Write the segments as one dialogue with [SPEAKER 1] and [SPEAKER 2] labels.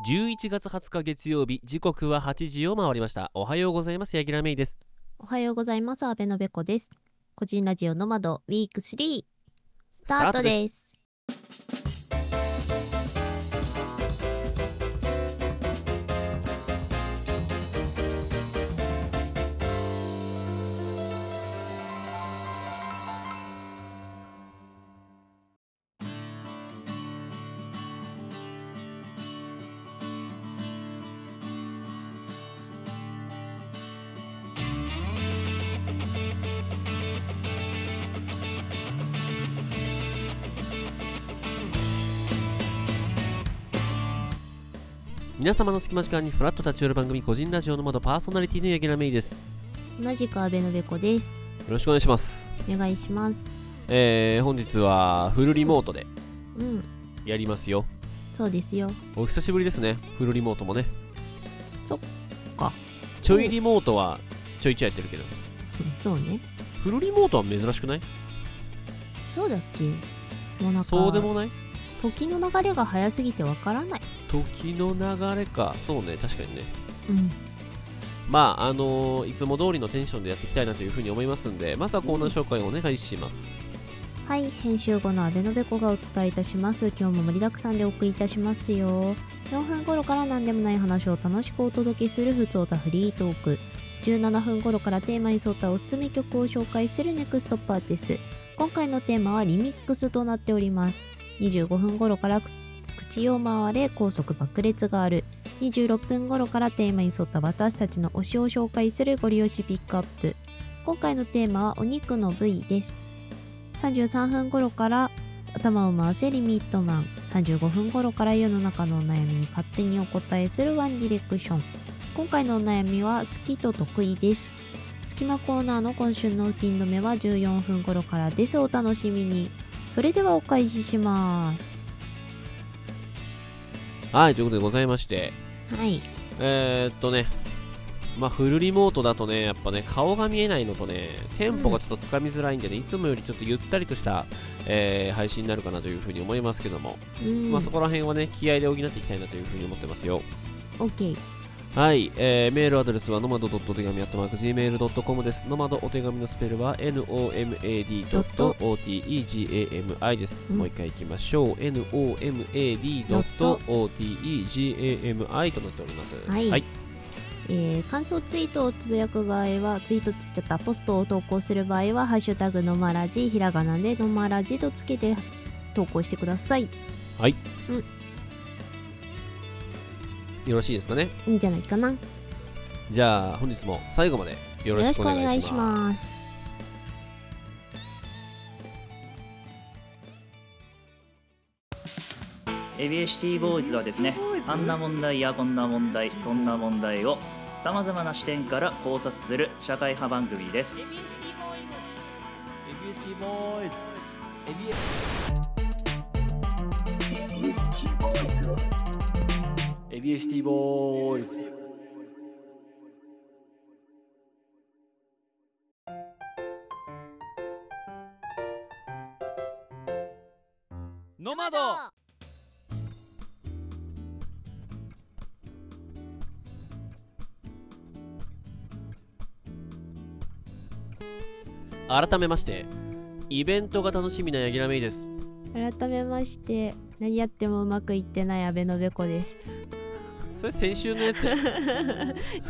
[SPEAKER 1] 11月20日月曜日時刻は8時を回りましたおはようございます柳楽芽衣です
[SPEAKER 2] おはようございます。阿部のべこです。個人ラジオの窓ウィーク3スタートです。
[SPEAKER 1] 皆様の隙間時間にフラッと立ち寄る番組個人ラジオの窓パーソナリティの柳楽芽衣です
[SPEAKER 2] 同じく阿部のべこです。
[SPEAKER 1] よろしくお願いします
[SPEAKER 2] お願いします。
[SPEAKER 1] えー、本日はフルリモートで
[SPEAKER 2] うん、
[SPEAKER 1] やりますよ
[SPEAKER 2] そうです よ。
[SPEAKER 1] お久しぶりですねフルリモートもね
[SPEAKER 2] そっか
[SPEAKER 1] ちょいリモートはちょいちょいやってるけど
[SPEAKER 2] そうね。
[SPEAKER 1] フルリモートは珍しくない
[SPEAKER 2] そうだっけもうなんか
[SPEAKER 1] そうでもない
[SPEAKER 2] 時の流れが早すぎてわからない。
[SPEAKER 1] 時の流れかそうね確かにね
[SPEAKER 2] うん、
[SPEAKER 1] まああのーいつも通りのテンションでやっていきたいなというふうに思いますんでまずはコーナー紹介をお願いします、
[SPEAKER 2] はい、編集後の阿部のべこがお伝えいたします。今日も盛りだくさんでお送りいたしますよ。4分頃から何でもない話を楽しくお届けするふつおたフリートーク。17分頃からテーマに沿ったおすすめ曲を紹介するネクストパーティス。今回のテーマはリミックスとなっております。25分頃からく口を回れ高速爆裂がある。26分頃からテーマに沿った私たちの推しを紹介するご利用しピックアップ。今回のテーマはお肉の部位です。33分頃から頭を回せリミットマン35分頃から世の中のお悩みに勝手にお答えするワンディレクション今回のお悩みは好きと得意です隙間コーナーの今週のピン止めは14分頃からですお楽しみにそれではお返しします
[SPEAKER 1] はいということでございまして
[SPEAKER 2] はい
[SPEAKER 1] えー、っとねまあフルリモートだとねやっぱね顔が見えないのとねテンポがちょっとつかみづらいんでね、いつもよりちょっとゆったりとした、えー配信になるかなというふうに思いますけども、
[SPEAKER 2] うん
[SPEAKER 1] まあそこら辺はね気合で補っていきたいなというふうに思ってますよ
[SPEAKER 2] OK
[SPEAKER 1] はい、えーメールアドレスはノマドドットお手紙 .gmail.com です。ノマドお手紙のスペルは nomad.otegami です。
[SPEAKER 2] うん
[SPEAKER 1] もう一回いきましょう。nomad.otegami となっております。
[SPEAKER 2] はいえー感想ツイートをつぶやく場合はツイートつっちゃったポストを投稿する場合は「ハッシュタグのまらじ」ひらがなで「のまらじ」とつけて投稿してください
[SPEAKER 1] よろしいですかね。
[SPEAKER 2] いいんじゃないかな
[SPEAKER 1] じゃあ本日も最後までよろしくお願
[SPEAKER 2] よろ
[SPEAKER 1] い
[SPEAKER 2] し
[SPEAKER 1] し
[SPEAKER 2] くお願
[SPEAKER 1] ま。
[SPEAKER 2] いします
[SPEAKER 3] ABST ボーイズはですねあんな問題やこんな問題そんな問題をさまざまな視点から考察する社会派番組です
[SPEAKER 4] エビエシティボーイズ
[SPEAKER 1] ノマド改めましてイベントが楽しみな柳楽芽衣です
[SPEAKER 2] 改めまして何やってもうまくいってない阿部のべ こです
[SPEAKER 1] それ先週のやつや
[SPEAKER 2] い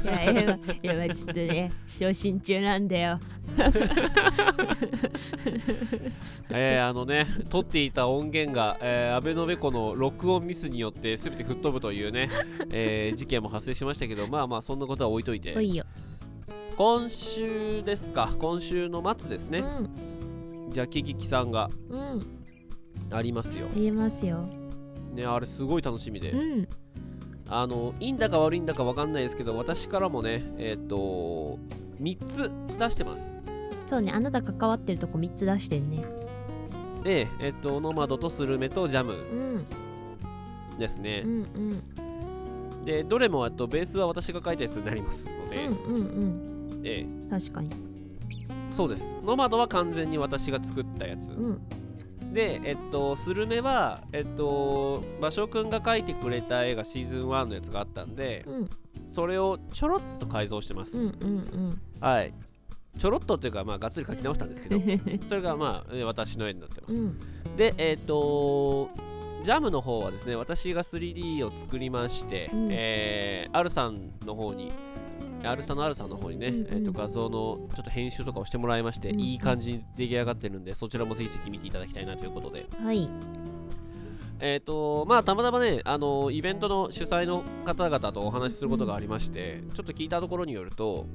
[SPEAKER 2] やいやいやちょっとね昇進中なんだよ
[SPEAKER 1] えー、あのね撮っていた音源が、えー、安倍のべこの録音ミスによって全て吹っ飛ぶというね、えー事件も発生しましたけどまあまあそんなことは置いといて
[SPEAKER 2] いいよ、
[SPEAKER 1] 今週ですか今週の末ですねじゃあキキキさんが
[SPEAKER 2] うんうん
[SPEAKER 1] ありますよ
[SPEAKER 2] 言えますよ
[SPEAKER 1] ねあれすごい楽しみで
[SPEAKER 2] うん
[SPEAKER 1] あのいいんだか悪いんだかわかんないですけど私からもねえーっと3つ出してます
[SPEAKER 2] そうねあなた関わってるとこ3つ出してんね
[SPEAKER 1] でえーっとノマドとスルメとジャム
[SPEAKER 2] うん
[SPEAKER 1] ですね
[SPEAKER 2] うんうん
[SPEAKER 1] でどれもえっとベースは私が書いたやつになりますの
[SPEAKER 2] う
[SPEAKER 1] で、
[SPEAKER 2] んうん
[SPEAKER 1] え
[SPEAKER 2] うん確かに
[SPEAKER 1] えそうですノマドは完全に私が作ったやつ
[SPEAKER 2] うん
[SPEAKER 1] でえっとスルメはえっと魔性くんが描いてくれた絵がシーズン1のやつがあったんで
[SPEAKER 2] うん
[SPEAKER 1] それをちょろっと改造してま
[SPEAKER 2] う
[SPEAKER 1] す、
[SPEAKER 2] んうん
[SPEAKER 1] はいちょろっとというかまあがっつり描き直したんですけ ど
[SPEAKER 2] う
[SPEAKER 1] それがまあえ私の絵になってます、
[SPEAKER 2] ん
[SPEAKER 1] でえっ、とジャムの方はですね私が 3D を作りまして、
[SPEAKER 2] うん
[SPEAKER 1] えー、R さんの方に R さんの R さんの方にね、
[SPEAKER 2] うんうん
[SPEAKER 1] えー、と画像のちょっと編集とかをしてもらいまして、
[SPEAKER 2] うん
[SPEAKER 1] いい感じに出来上がってるんでそちらもぜひぜひ見ていただきたいなということで
[SPEAKER 2] はい
[SPEAKER 1] えっ、とまあたまたまねあのイベントの主催の方々とお話しすることがありましてちょっと聞いたところによると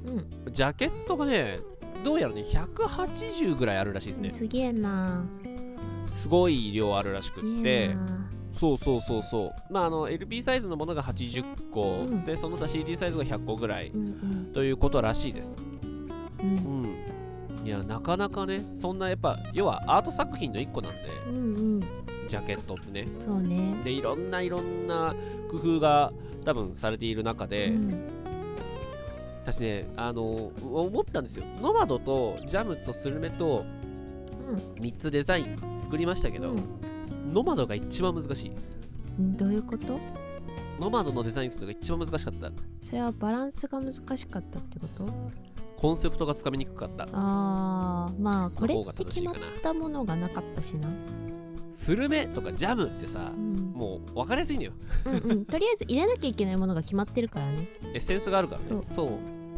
[SPEAKER 2] う
[SPEAKER 1] ジャケットがねどうやらね180ぐらいあるらしいです
[SPEAKER 2] ん
[SPEAKER 1] ね
[SPEAKER 2] すげえな
[SPEAKER 1] すごい量あるらしく
[SPEAKER 2] す
[SPEAKER 1] っ
[SPEAKER 2] げえ
[SPEAKER 1] て
[SPEAKER 2] な
[SPEAKER 1] そうそうそうそうまああの LP サイズのものが80個、
[SPEAKER 2] うん
[SPEAKER 1] でその他 CD サイズが100個ぐらい
[SPEAKER 2] うんうん
[SPEAKER 1] ということらしいです
[SPEAKER 2] う
[SPEAKER 1] うんんいやなかなかねそんなやっぱ要はアート作品の1個なんで
[SPEAKER 2] うんうん
[SPEAKER 1] ジャケットってね
[SPEAKER 2] そうね
[SPEAKER 1] でいろんないろんな工夫が多分されている中で、
[SPEAKER 2] うん
[SPEAKER 1] 私ねあの思ったんですよノマドとジャムとスルメと3つデザイン作りましたけど、ノマドが一番難しい
[SPEAKER 2] うんどういうこと
[SPEAKER 1] ノマドのデザインするのが一番難しかった
[SPEAKER 2] それはバランスが難しかったってこと
[SPEAKER 1] コンセプトがつかみにくかった
[SPEAKER 2] あーまあこれ
[SPEAKER 1] の方が
[SPEAKER 2] って
[SPEAKER 1] 正し
[SPEAKER 2] 決
[SPEAKER 1] い
[SPEAKER 2] ま
[SPEAKER 1] か
[SPEAKER 2] っ
[SPEAKER 1] な
[SPEAKER 2] たものがなかったしな、
[SPEAKER 1] スルメとかジャムってさ
[SPEAKER 2] うん、
[SPEAKER 1] もう分かりやすいんだよ
[SPEAKER 2] うんうんとりあえず入れなきゃいけないものが決まってるからね、
[SPEAKER 1] エッセンスがあるからねそう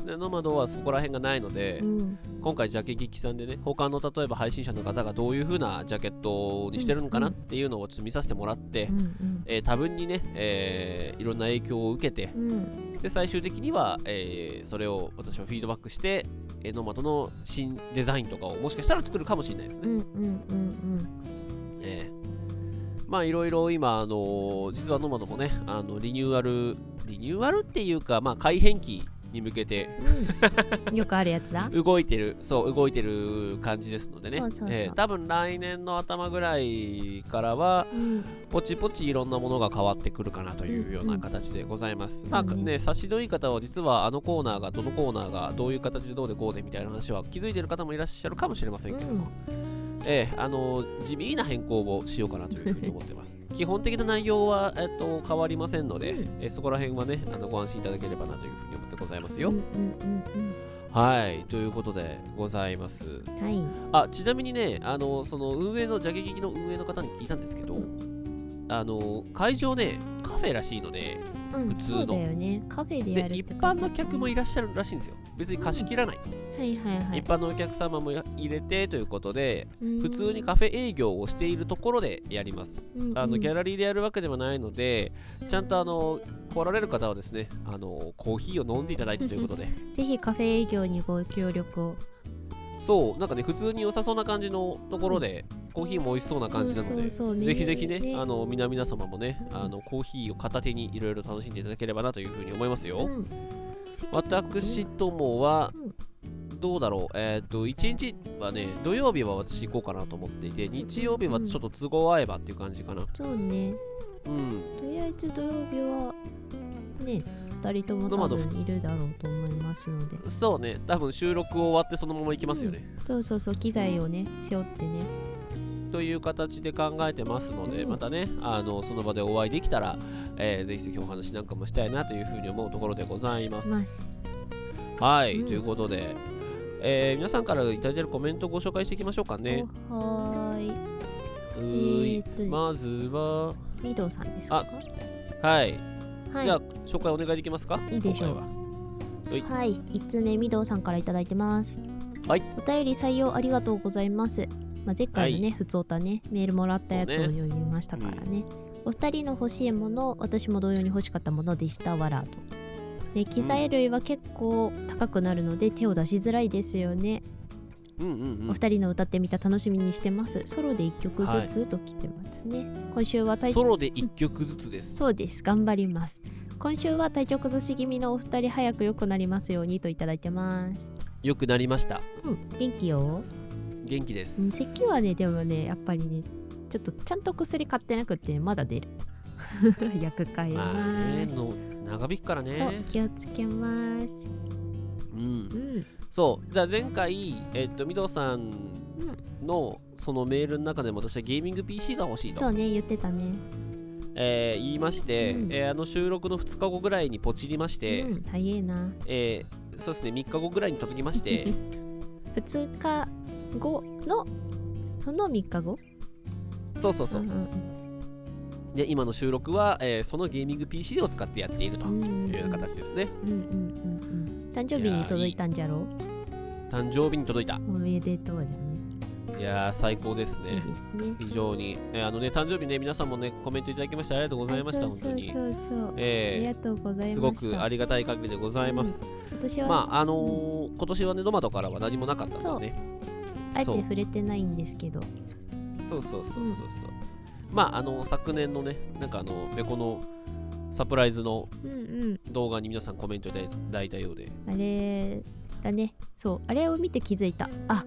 [SPEAKER 1] でノマドはそこら辺がないので、
[SPEAKER 2] うん、
[SPEAKER 1] 今回ジャケ劇さんでね他の例えば配信者の方がどういう風なジャケットにしてるのかなっていうのをちょっと見させてもらって、
[SPEAKER 2] うんうん
[SPEAKER 1] えー多分にね、えーいろんな影響を受けて
[SPEAKER 2] うん
[SPEAKER 1] で最終的には、えーそれを私はフィードバックして、えーノマドの新デザインとかをもしかしたら作るかもしれないですね
[SPEAKER 2] うんうんうん
[SPEAKER 1] ええまあいろいろ今、あの実はノマドもね、あのリニューアル、リニューアルっていうか、まあ改変期に向けて
[SPEAKER 2] うんよくあるや つだ
[SPEAKER 1] 動いてる、そう、動いてる感じですのでね、
[SPEAKER 2] そうそうそう
[SPEAKER 1] ええ多分来年の頭ぐらいからは、
[SPEAKER 2] うん
[SPEAKER 1] ポチポチいろんなものが変わってくるかなというような形でございます。
[SPEAKER 2] うん
[SPEAKER 1] まあ
[SPEAKER 2] そうね
[SPEAKER 1] ね、差しどい方は実はあのコーナーが、どのコーナーが、どういう形でどうでこうでみたいな話は気づいてる方もいらっしゃるかもしれませんけども、ええあの地味な変更をしようかなというふうに思ってます。基本的な内容は、えっと、変わりませんので、
[SPEAKER 2] うん
[SPEAKER 1] えそこら辺はねあのご安心いただければなというふうに思ってございますよ。
[SPEAKER 2] うんうんうん
[SPEAKER 1] はいということでございます。
[SPEAKER 2] うんはい
[SPEAKER 1] あちなみにねあのその運営のジャケ劇の運営の方に聞いたんですけど、あの会場ねカフェらしいので
[SPEAKER 2] うん
[SPEAKER 1] 普通の
[SPEAKER 2] そうだよねカフェで
[SPEAKER 1] で
[SPEAKER 2] やるっ
[SPEAKER 1] 一
[SPEAKER 2] て
[SPEAKER 1] 般の客もい
[SPEAKER 2] る
[SPEAKER 1] らっしゃるらしいんですよ。別に貸し切らない、
[SPEAKER 2] はいはいはい
[SPEAKER 1] 一般のお客様も入れてということで普
[SPEAKER 2] 普
[SPEAKER 1] 通にカフェ営業をしているところでやります。あのギャ
[SPEAKER 2] ラ
[SPEAKER 1] ラリーでやるわけではないので、ちゃんとあの来られる方はですねあのコーヒーを飲んでいただいてということ で
[SPEAKER 2] ぜひカフェ営業にご協力を
[SPEAKER 1] そうなんかね普通に良さそうな感じのところで、コーヒーも美味しそうな感じなので
[SPEAKER 2] そうそうそうね
[SPEAKER 1] ぜひぜひね
[SPEAKER 2] ね
[SPEAKER 1] あの皆皆様もね
[SPEAKER 2] うん
[SPEAKER 1] あのコーヒーを片手にいろいろ楽しんでいただければなというふうに思いますよ、
[SPEAKER 2] うん
[SPEAKER 1] 私どもは
[SPEAKER 2] うん
[SPEAKER 1] どうだろうえっ、と1日はね土曜日は私行こうかなと思っていて日曜日はちょっと都合合えばっていう感じかな
[SPEAKER 2] そうね
[SPEAKER 1] うん
[SPEAKER 2] とりあえず土曜日はね二人とも多分いるだろうと思いますので
[SPEAKER 1] そうね多分収録終わってそのまま行きますよね、
[SPEAKER 2] そうそうそう機材をね背負ってね
[SPEAKER 1] という形で考えてますので、
[SPEAKER 2] うん
[SPEAKER 1] またねあのその場でお会いできたら、えーぜひぜひお話なんかもしたいなというふうに思うところでございます。
[SPEAKER 2] ます
[SPEAKER 1] はい、
[SPEAKER 2] うん
[SPEAKER 1] ということで、えー皆さんからいただいてるコメントをご紹介していきましょうかね。
[SPEAKER 2] おはーい。
[SPEAKER 1] う
[SPEAKER 2] え
[SPEAKER 1] ーい
[SPEAKER 2] ーっとね、
[SPEAKER 1] まずは、
[SPEAKER 2] ミドさんですか
[SPEAKER 1] あ。はい、
[SPEAKER 2] はい。
[SPEAKER 1] じゃあ紹介お願いできますか
[SPEAKER 2] いいでしょう
[SPEAKER 1] 今回は
[SPEAKER 2] はい、一つ目みどうさんからいただいてます。
[SPEAKER 1] はい。
[SPEAKER 2] お便り採用ありがとうございます。まあ、前回のね、ふつおたね、メールもらったやつを
[SPEAKER 1] そうね
[SPEAKER 2] 読みましたからね。お二人の欲しいもの、私も同様に欲しかったものでしたわらと。で機材類は結構高くなるので手を出しづらいですよね。
[SPEAKER 1] うんうんう
[SPEAKER 2] お
[SPEAKER 1] ん。
[SPEAKER 2] 二人の歌ってみた楽しみにしてます。ソロで一曲ずつと来てますね。今週は体
[SPEAKER 1] ソロで1曲ずつです。
[SPEAKER 2] そうです頑張ります今週は体調崩し気味のお二人早く良くなりますようにといただいてます
[SPEAKER 1] よくなりました。
[SPEAKER 2] うん元気よ
[SPEAKER 1] 元気で
[SPEAKER 2] うん
[SPEAKER 1] す。
[SPEAKER 2] 咳はねでもねやっぱりねちょっとちゃんと薬買ってなくてまだ 出る薬買い
[SPEAKER 1] まあ
[SPEAKER 2] ま
[SPEAKER 1] ね、
[SPEAKER 2] す、
[SPEAKER 1] の長引くからね。
[SPEAKER 2] そう気をつけます
[SPEAKER 1] ううん
[SPEAKER 2] うん
[SPEAKER 1] そうじゃあ前回えっとミドさんのそのメールの中でも私はゲーミング PC が欲しい
[SPEAKER 2] そ
[SPEAKER 1] と、
[SPEAKER 2] うね言ってたね
[SPEAKER 1] えー言いまして、
[SPEAKER 2] うん
[SPEAKER 1] えーあの収録の2日後ぐらいにポチりまして、
[SPEAKER 2] うん早えな
[SPEAKER 1] えーそうですね3日後ぐらいに届きまして
[SPEAKER 2] 2日後のその3日後
[SPEAKER 1] そうそうそう
[SPEAKER 2] うんうん
[SPEAKER 1] で今の収録は、えーそのゲーミング PC を使ってやっていると
[SPEAKER 2] うんうん
[SPEAKER 1] いう形ですね
[SPEAKER 2] うんうんうんうん誕生日に届いたんじゃろ
[SPEAKER 1] 誕生日に届いた
[SPEAKER 2] おめでとうじゃね
[SPEAKER 1] いやー最高です
[SPEAKER 2] いい
[SPEAKER 1] ね
[SPEAKER 2] ですね
[SPEAKER 1] 非常に、えーあのね誕生日ね皆さんもねコメントいただきましてありがとうございました
[SPEAKER 2] あ
[SPEAKER 1] 本
[SPEAKER 2] そ
[SPEAKER 1] 当
[SPEAKER 2] う
[SPEAKER 1] に
[SPEAKER 2] そうそうそうあり
[SPEAKER 1] え
[SPEAKER 2] がとうござい
[SPEAKER 1] ー
[SPEAKER 2] ました
[SPEAKER 1] すごくありがたい限りでございます、
[SPEAKER 2] 今年は
[SPEAKER 1] まああのー今年はねノマドからは何もなかったんだね
[SPEAKER 2] あえて
[SPEAKER 1] そう
[SPEAKER 2] 触れてないんですけど
[SPEAKER 1] そうそうそうそうそうまああの昨年のねなんかあのベコのサプライズの
[SPEAKER 2] うんうん
[SPEAKER 1] 動画に皆さんコメントいただいたようで
[SPEAKER 2] あれだねそうあれを見て気づいたあ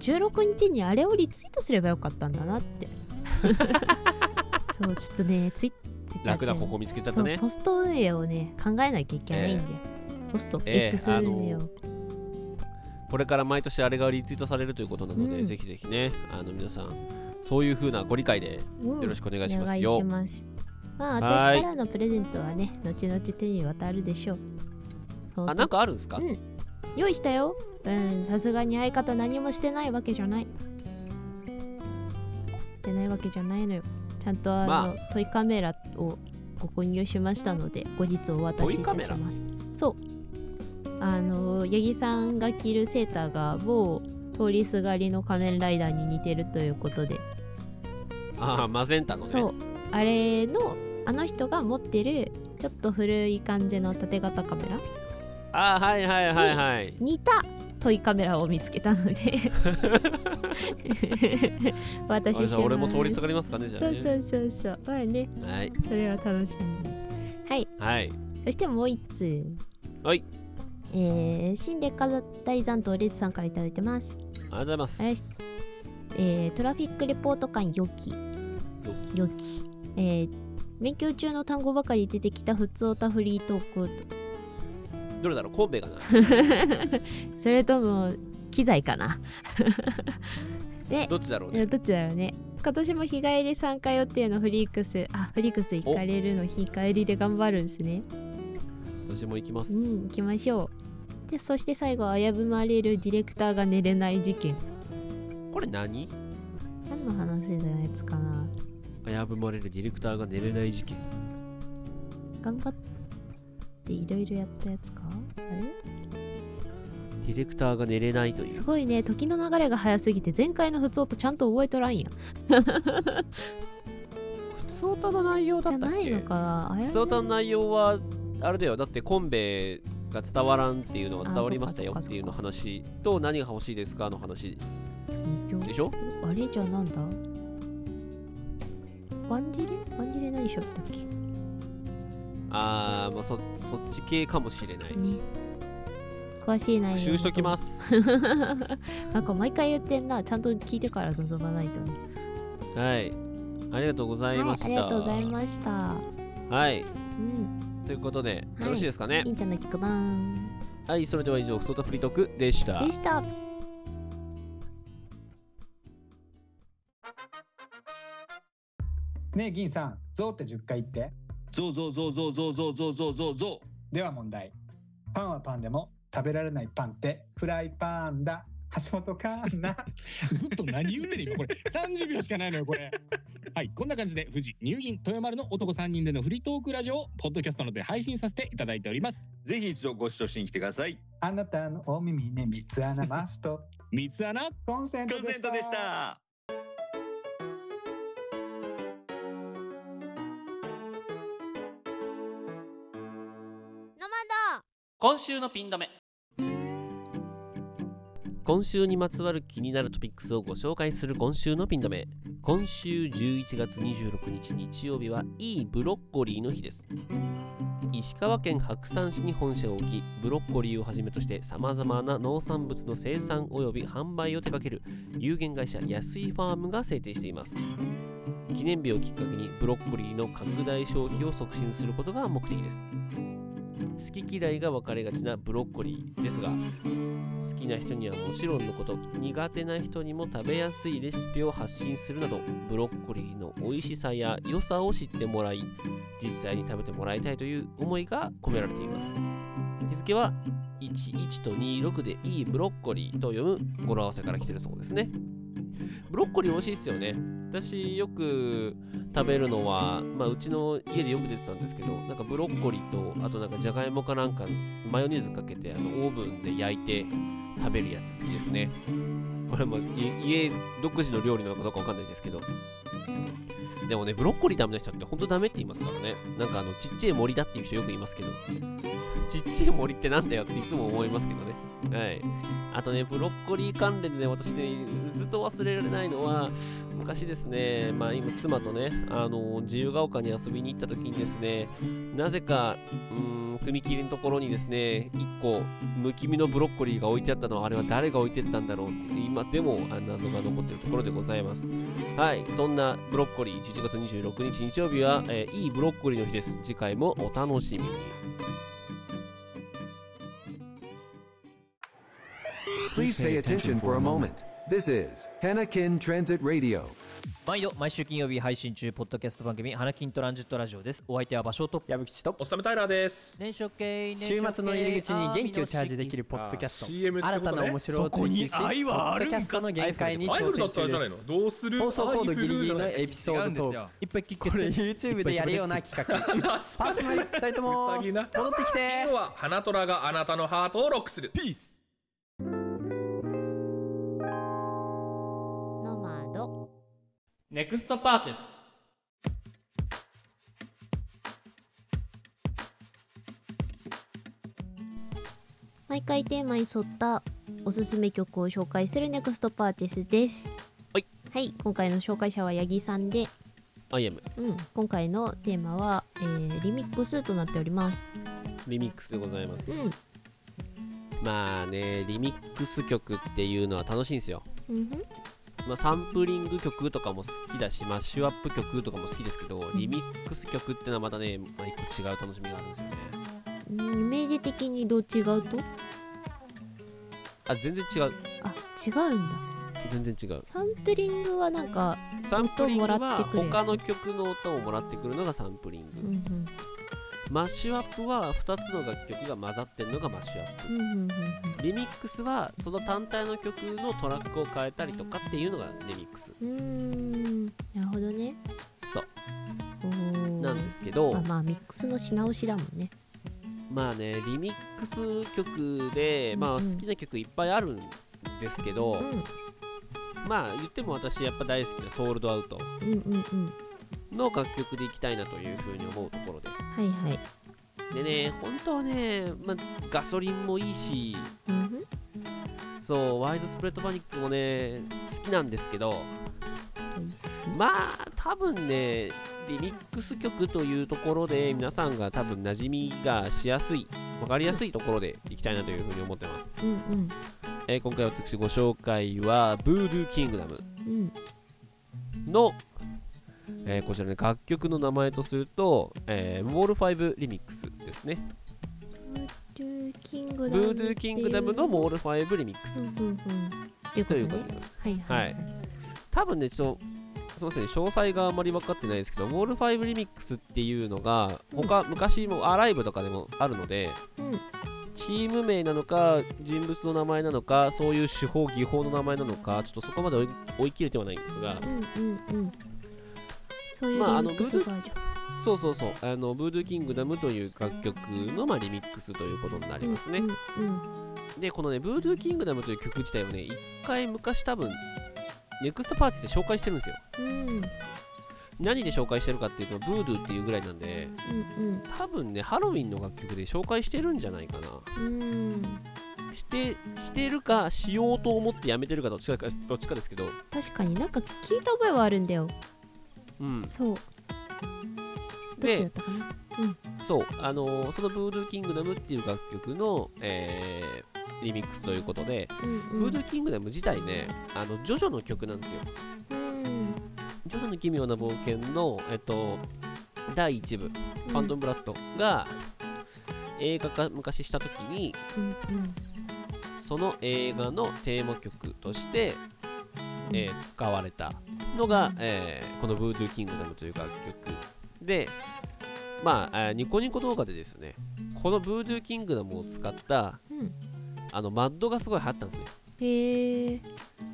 [SPEAKER 2] 16日にあれをリツイートすればよかったんだなって そうちょっとねツイツイッター
[SPEAKER 1] 楽な方法見つけちゃったね
[SPEAKER 2] そうポスト運営をね考えなきゃいけないんだよ、ポスト
[SPEAKER 1] ええ
[SPEAKER 2] X 運営を、
[SPEAKER 1] あのこれから毎年あれがリツイートされるということなので、
[SPEAKER 2] うん
[SPEAKER 1] ぜひぜひねあの皆さんそういう風なご理解で
[SPEAKER 2] うん
[SPEAKER 1] よろしくお願いし
[SPEAKER 2] お
[SPEAKER 1] ま
[SPEAKER 2] 願
[SPEAKER 1] す
[SPEAKER 2] い
[SPEAKER 1] よ、
[SPEAKER 2] します。ま
[SPEAKER 1] は
[SPEAKER 2] あ、
[SPEAKER 1] ーい
[SPEAKER 2] 私からのプレゼントはね、後々手に渡るでしょう。
[SPEAKER 1] あなんかあるんですか、
[SPEAKER 2] うん用意したよ。うん、さすがに相方何もしてないわけじゃない。してないわけじゃないのよ。ちゃんとあの、
[SPEAKER 1] ま
[SPEAKER 2] トイカメラをご購入しましたので、後日お渡しいたします。そう。あの、八木さんが着るセーターが某通りすがりの仮面ライダーに似てるということで、
[SPEAKER 1] ああマゼンタのね
[SPEAKER 2] そうあれのあの人が持ってるちょっと古い感じの縦型カメラ
[SPEAKER 1] ああはいはいはいはい
[SPEAKER 2] 似たトイカメラを見つけたので 私
[SPEAKER 1] あれ
[SPEAKER 2] 知
[SPEAKER 1] じゃあ
[SPEAKER 2] らない
[SPEAKER 1] 俺も通りすがりますかねじゃあ
[SPEAKER 2] そう
[SPEAKER 1] ね
[SPEAKER 2] そうそうそうまあね
[SPEAKER 1] はい
[SPEAKER 2] それは楽しみはい
[SPEAKER 1] はい
[SPEAKER 2] そしてもう一通
[SPEAKER 1] はい
[SPEAKER 2] えー、新劣化大残党レズさんからいただいてます、
[SPEAKER 1] ありがとうございます、
[SPEAKER 2] はいえー、トラフィックレポート館よき
[SPEAKER 1] よ
[SPEAKER 2] 良き、えー勉強中の単語ばかり出てきた普通オタフリートーク
[SPEAKER 1] どれだろう神 戸かな
[SPEAKER 2] それとも機材かなで
[SPEAKER 1] どっちだろう
[SPEAKER 2] え
[SPEAKER 1] ね
[SPEAKER 2] ーどっちだろうね今年も日帰り参加予定のフリークスあフリークス行かれるの日帰りで頑張るんですね
[SPEAKER 1] 私も行きま
[SPEAKER 2] う
[SPEAKER 1] す、
[SPEAKER 2] ん行きましょうでそして最後は危ぶまれるディレクターが寝れない事件
[SPEAKER 1] これ何
[SPEAKER 2] 何の話のやつかな
[SPEAKER 1] 危ぶまれるディレクターが寝れない事件
[SPEAKER 2] 頑張っていろいろやったやつかあれ
[SPEAKER 1] ディレクターが寝れないとい
[SPEAKER 2] す
[SPEAKER 1] う
[SPEAKER 2] ごいね時の流れが早すぎて前回の普通とちゃんと覚えとらんやん
[SPEAKER 1] 普通歌の内容だ
[SPEAKER 2] じ
[SPEAKER 1] っ
[SPEAKER 2] ゃ
[SPEAKER 1] たっ
[SPEAKER 2] ない
[SPEAKER 1] け
[SPEAKER 2] のかあ
[SPEAKER 1] 普
[SPEAKER 2] れ
[SPEAKER 1] 通歌の内容はあれだよだってコンベが伝わらんっていうのは伝わりましたよ
[SPEAKER 2] あ
[SPEAKER 1] っていうの話と何が欲しいですかの話
[SPEAKER 2] 勉強
[SPEAKER 1] でしょ
[SPEAKER 2] あれじゃなんだワンディレワンディレ何しよったっけ
[SPEAKER 1] あーもうそそっち系かもしれない
[SPEAKER 2] ね詳しい内容
[SPEAKER 1] 復習しときますす
[SPEAKER 2] なんか毎回言ってんなちゃんと聞いてから臨まないとね
[SPEAKER 1] はいありがとうござい
[SPEAKER 2] は
[SPEAKER 1] ま
[SPEAKER 2] い
[SPEAKER 1] した
[SPEAKER 2] ありがとうございました
[SPEAKER 1] はい
[SPEAKER 2] うん
[SPEAKER 1] ということで
[SPEAKER 2] はい
[SPEAKER 1] よろしいですかね
[SPEAKER 2] いいんじゃないかな
[SPEAKER 1] はい、それでは以上ふとたフリートークでした
[SPEAKER 2] でした
[SPEAKER 5] ねえ銀さんゾウって10回言って
[SPEAKER 6] ゾウゾウゾウゾウゾウゾウゾウゾウゾウゾ
[SPEAKER 5] では問題パンはパンでも食べられないパンってフライパンだ橋本環 奈
[SPEAKER 6] ウずっと何言うてる今これ30秒しかないのよこれはいこんな感じで富士入銀豊丸の男3人でのフリートークラジオをポッドキャストなどで配信させていただいております
[SPEAKER 7] ぜひ一度ご視聴しに来てください。
[SPEAKER 5] あなたのお耳に三つ穴マスト
[SPEAKER 6] 三つ穴
[SPEAKER 5] コンセン
[SPEAKER 7] コ
[SPEAKER 5] ト
[SPEAKER 7] ンセント
[SPEAKER 5] で
[SPEAKER 7] で
[SPEAKER 5] し
[SPEAKER 7] したた。
[SPEAKER 4] 今週のピン止め
[SPEAKER 1] 今週にまつわる気になるトピックスをご紹介する今週のピン止め今週11月26日日曜日はいいブロッコリーの日です石川県白山市に本社を置きブロッコリーをはじめとしてさまざまな農産物の生産及び販売を手掛ける有限会社安井ファームが制定しています記念日をきっかけにブロッコリーの拡大消費を促進することが目的です好き嫌いが分かれがちなブロッコリーですが好きな人にはもちろんのこと苦手な人にも食べやすいレシピを発信するなどブロッコリーの美味しさや良さを知ってもらい実際に食べてもらいたいという思いが込められています日付は11と26でいいブロッコリーと読む語呂合わせから来てるそうですねブロッコリー美味しいですよね私よく食べるのは、まあ、うちの家でよく出てたんですけどなんかブロッコリーとあとなんかじゃがいもかなんかマヨネーズかけてあのオーブンで焼いて食べるやつ好きですねこれもい家独自の料理なのかどうかわかんないですけどでもねブロッコリーダメな人ってほんとダメって言いますからねなんかあのちっちゃい森だっていう人よく言いますけどちっちゃい森ってなんだよっていつも思いますけどねはいあとねブロッコリー関連でね私ねずっと忘れられないのは昔ですね、まあ、今妻とね、あの自由が丘に遊びに行った時にですねなぜかうーん踏切のところにですね1個むき身のブロッコリーが置いてあったのはあれは誰が置いてったんだろうって今でもあ謎が残ってるところでございますはいそんなブロッコリー11月26日日曜日は、えーいいブロッコリーの日です次回もお楽しみに
[SPEAKER 8] Please pay attention for a moment. This is Hanakin Transit Radio.
[SPEAKER 9] 毎度毎週金曜日配信中ポッドキャスト番組花金トランジットラジオですお相手は場所と
[SPEAKER 10] 矢吹と
[SPEAKER 4] おっさめタイラーです。
[SPEAKER 9] 年初系
[SPEAKER 10] 週末の入り口に元気をチャージできるポッドキャスト
[SPEAKER 4] CM って
[SPEAKER 10] 新
[SPEAKER 4] こ
[SPEAKER 10] た
[SPEAKER 4] と
[SPEAKER 10] な
[SPEAKER 4] ね
[SPEAKER 10] 面。白を追求しポッドキャストの限界に
[SPEAKER 4] アイ
[SPEAKER 10] 挑
[SPEAKER 4] フルだっ
[SPEAKER 10] 戦
[SPEAKER 4] たら
[SPEAKER 10] 中
[SPEAKER 4] じゃ
[SPEAKER 10] で
[SPEAKER 4] ない
[SPEAKER 10] す
[SPEAKER 4] のどうする
[SPEAKER 10] 放送コードギリギリの
[SPEAKER 4] アイフル
[SPEAKER 10] エピソードトーク
[SPEAKER 9] いっぱい聞け
[SPEAKER 10] これ YouTube でやるような企画
[SPEAKER 4] じゃ ない懐
[SPEAKER 10] パー
[SPEAKER 4] かし
[SPEAKER 10] ソ
[SPEAKER 4] い
[SPEAKER 10] ナリティ2人とも
[SPEAKER 4] うさぎな
[SPEAKER 10] 戻ってきて
[SPEAKER 4] 今日は花虎があなたのハートをロックする。ピース
[SPEAKER 2] ノマド
[SPEAKER 4] ネクストパーチェス
[SPEAKER 2] 毎回テーマに沿ったおすすめ曲を紹介するネクストパーティスです
[SPEAKER 1] はい、
[SPEAKER 2] はい、今回の紹介者は八木さんで、
[SPEAKER 1] アイエム
[SPEAKER 2] うん、今回のテーマは、えーリミックスとなっております
[SPEAKER 1] リミックスでございます
[SPEAKER 2] うん
[SPEAKER 1] まあねリミックス曲っていうのは楽しいんですよ
[SPEAKER 2] うんふん
[SPEAKER 1] まあ、サンプリング曲とかも好きだし、まあ、シュアップ曲とかも好きですけど、リミックス曲ってのはまたね、まあ、一個違う楽しみがあるんですよね。
[SPEAKER 2] イメージ的にどう違うと
[SPEAKER 1] あ、全然違う。
[SPEAKER 2] あ違うんだ
[SPEAKER 1] 全然違う。
[SPEAKER 2] サンプリングはなんか、
[SPEAKER 1] サンプリング
[SPEAKER 2] 音をもらっ
[SPEAKER 1] は
[SPEAKER 2] てくる
[SPEAKER 1] 他の曲の音をもらってくるのがサンプリン
[SPEAKER 2] う
[SPEAKER 1] グ。
[SPEAKER 2] ん
[SPEAKER 1] マッシュアップは2つの楽曲が混ざってるのがマッシュアッ
[SPEAKER 2] うんうんうんうん
[SPEAKER 1] プ。リミックスはその単体の曲のトラックを変えたりとかっていうのがリミックス。
[SPEAKER 2] うんうーんなるほどね
[SPEAKER 1] そ
[SPEAKER 2] おー
[SPEAKER 1] う。なんですけど
[SPEAKER 2] あ、まあミックスのし直しだもんね
[SPEAKER 1] まあね、リミックス曲で、まあ
[SPEAKER 2] うんうん
[SPEAKER 1] 好きな曲いっぱいあるんですけど、
[SPEAKER 2] うん
[SPEAKER 1] まあ言っても私やっぱ大好きなソールドアウト
[SPEAKER 2] うんうんうん
[SPEAKER 1] の楽曲でいきたいなというふうに思うところで
[SPEAKER 2] はいはい
[SPEAKER 1] でね本当はね、まあ、ガソリンもいいし
[SPEAKER 2] うんふん
[SPEAKER 1] そうワイドスプレッドパニックもね好きなんですけどまあ多分ねリミックス曲というところで皆さんが多分馴染みがしやすい分かりやすいところでいきたいなというふうに思ってます、
[SPEAKER 2] うんうん
[SPEAKER 1] えー今回私ご紹介はブードゥーキングダム
[SPEAKER 2] うん
[SPEAKER 1] の、えーこちらね楽曲の名前とすると、えー、ウォール5リミックスですね。
[SPEAKER 2] ブードゥーキング
[SPEAKER 1] ブ
[SPEAKER 2] ダム
[SPEAKER 1] ードゥーキングダムのウォール5リミック
[SPEAKER 2] う
[SPEAKER 1] ス
[SPEAKER 2] んうんうんっていうことと
[SPEAKER 1] いうこと
[SPEAKER 2] ね
[SPEAKER 1] になります。
[SPEAKER 2] はいはい
[SPEAKER 1] 多分ね、ちょっと、すみません、詳細があまり分かってないですけど、ウォール5リミックスっていうのが、他、昔もアライブとかでもあるので、
[SPEAKER 2] うん
[SPEAKER 1] チーム名なのか、人物の名前なのか、そういう手法、技法の名前なのか、ちょっとそこまで追い追い切れてはないんですが、
[SPEAKER 2] うんうんうんそういう
[SPEAKER 1] まあ
[SPEAKER 2] リ
[SPEAKER 1] あ
[SPEAKER 2] ミ
[SPEAKER 1] の
[SPEAKER 2] ックスバージョン
[SPEAKER 1] そうそうそう、あの、ブードゥーキングダムという楽曲の、まあ、リミックスということになりますね。
[SPEAKER 2] うんうんうん
[SPEAKER 1] で、このね、ブードゥーキングダムという曲自体をね、一回昔多分、ネクストパーティーで紹介してるんですよ。
[SPEAKER 2] うん
[SPEAKER 1] 何で紹介してるかっていうと、ブードゥーっていうぐらいなんで、
[SPEAKER 2] うん
[SPEAKER 1] 多分ね、ハロウィンの楽曲で紹介してるんじゃないかな。
[SPEAKER 2] うんうん
[SPEAKER 1] して、してるか、しようと思ってやめてるかどっちか、どっちかですけど、
[SPEAKER 2] 確かになんか聞いた覚えはあるんだよ
[SPEAKER 1] うん。
[SPEAKER 2] そうどっちだっ
[SPEAKER 1] で、
[SPEAKER 2] たかな
[SPEAKER 1] そう、あのーそのブードゥーキングダムっていう楽曲の、えーリミックスということで、
[SPEAKER 2] う
[SPEAKER 1] ブ
[SPEAKER 2] んう
[SPEAKER 1] ー
[SPEAKER 2] ん
[SPEAKER 1] ドゥーキングダム自体ね、あの、ジョジョの曲なんですよ。
[SPEAKER 2] うん
[SPEAKER 1] ジョジョの奇妙な冒険の、えっと、第1部、ファントムブラッドが、映画化昔した時に
[SPEAKER 2] うんうん
[SPEAKER 1] その映画のテーマ曲として、えー使われたのが、えーこの「ブードゥーキングダム」という楽曲でまああーニコニコ動画でですねこの「ブードゥーキングダム」を使った、
[SPEAKER 2] うん
[SPEAKER 1] あのマッドがすごい流行ったんですね
[SPEAKER 2] へえ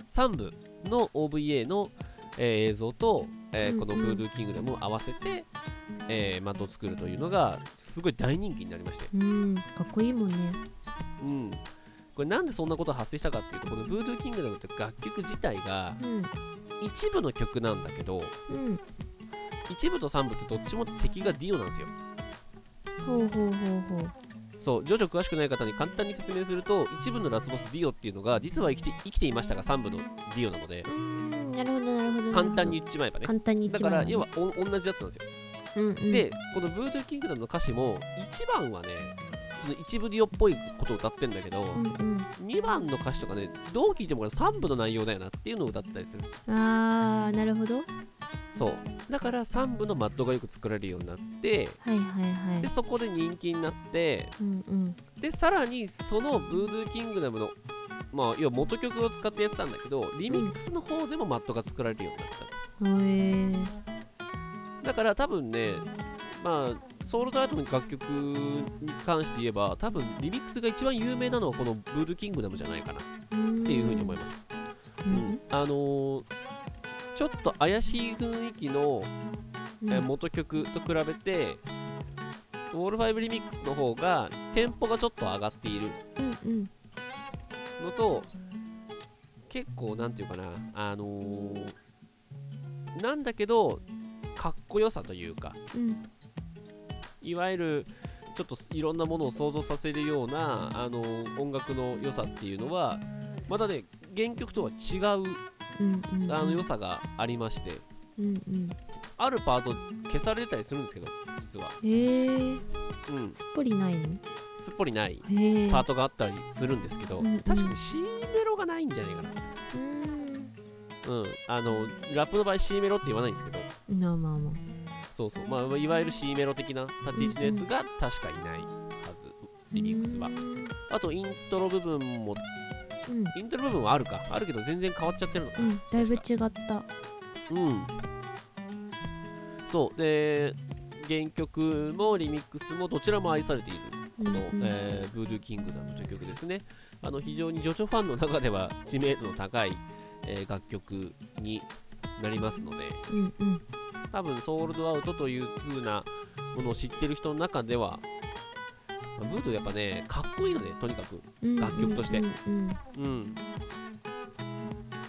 [SPEAKER 1] 3部の OVA の、えー映像と、えー
[SPEAKER 2] うんうん
[SPEAKER 1] この「ブードゥーキングダム」を合わせて、えーマッドを作るというのがすごい大人気になりまして
[SPEAKER 2] うんかっこいいもんね
[SPEAKER 1] うんこれなんでそんなこと発生したかっていうとこの「ブードゥーキングダム」って楽曲自体が
[SPEAKER 2] うん
[SPEAKER 1] 一部の曲なんだけど
[SPEAKER 2] うん
[SPEAKER 1] 一部と三部ってどっちも敵がディオなんですよ
[SPEAKER 2] ほうほうほうほう
[SPEAKER 1] そう徐々詳しくない方に簡単に説明すると一部のラスボスディオっていうのが実は生きて生きていましたが三部のディオなので
[SPEAKER 2] うんなるほどなるほどなるほど
[SPEAKER 1] 簡単に言っちまえばね
[SPEAKER 2] 簡単に
[SPEAKER 1] だ
[SPEAKER 2] 一
[SPEAKER 1] か
[SPEAKER 2] 番
[SPEAKER 1] ら要はお同じやつなんですよ、
[SPEAKER 2] うんうん
[SPEAKER 1] でこの「ブートゥーキングダム」の歌詞も1番はねその一部ディオっぽいことを歌ってんだけど、
[SPEAKER 2] うん
[SPEAKER 1] 2番の歌詞とかねどう聞いてもこれ3部の内容だよなっていうのを歌ったりする
[SPEAKER 2] うんあーなるほどは
[SPEAKER 1] そうだから3部のマッドがよく作られるようになって
[SPEAKER 2] いはいはい
[SPEAKER 1] でそこで人気になって
[SPEAKER 2] うんうん
[SPEAKER 1] でさらにそのブードゥーキングダムのまあ要は元曲を使ってやってたんだけどリミックスの方でもマットが作られるようになった
[SPEAKER 2] へえ
[SPEAKER 1] だから多分ねまあソウルドアートの楽曲に関して言えば多分リミックスが一番有名なのはこのブードゥーキングダムじゃないかなっ
[SPEAKER 2] って
[SPEAKER 1] いうふうに思い
[SPEAKER 2] ま
[SPEAKER 1] ます、
[SPEAKER 2] す
[SPEAKER 1] うんあのーちょっと怪しい雰囲気のえー元曲と比べて、ウォール5リミックスの方がテンポがちょっと上がっている
[SPEAKER 2] うんうん
[SPEAKER 1] のと結構なんていうかなあのーなんだけどかっこよさというか
[SPEAKER 2] うん
[SPEAKER 1] いわゆるちょっといろんなものを想像させるような、あのー音楽の良さっていうのはまたね原曲とは違う
[SPEAKER 2] うんうんうん
[SPEAKER 1] あの良さがありまして
[SPEAKER 2] うんうん
[SPEAKER 1] あるパート消されてたりするんですけど実は、
[SPEAKER 2] へえ
[SPEAKER 1] うん、
[SPEAKER 2] すっぽりないの
[SPEAKER 1] すっぽりない
[SPEAKER 2] へえ
[SPEAKER 1] パートがあったりするんですけど、
[SPEAKER 2] うんうん
[SPEAKER 1] 確かに C メロがないんじゃないかな
[SPEAKER 2] う
[SPEAKER 1] うん、あのラップの場合 C メロって言わないんですけど
[SPEAKER 2] んまあまあまあ
[SPEAKER 1] そうそう、まあ、いわゆる C メロ的な立ち位置のやつが確かいないはずリミックスは
[SPEAKER 2] うん
[SPEAKER 1] あとイントロ部分も
[SPEAKER 2] うん
[SPEAKER 1] イントロ部分はあるかあるけど全然変わっちゃってるのか
[SPEAKER 2] うんだいぶ違った
[SPEAKER 1] うんそうで原曲もリミックスもどちらも愛されているこの、
[SPEAKER 2] うんうん
[SPEAKER 1] えーブードゥーキングダムという曲ですねあの非常にジョジョファンの中では知名度の高い、えー楽曲になりますので
[SPEAKER 2] うんうん
[SPEAKER 1] 多分ソールドアウトという風なものを知ってる人の中では、まあブートやっぱねかっこいいのねとにかく
[SPEAKER 2] うん
[SPEAKER 1] 楽曲として
[SPEAKER 2] うんうん
[SPEAKER 1] うん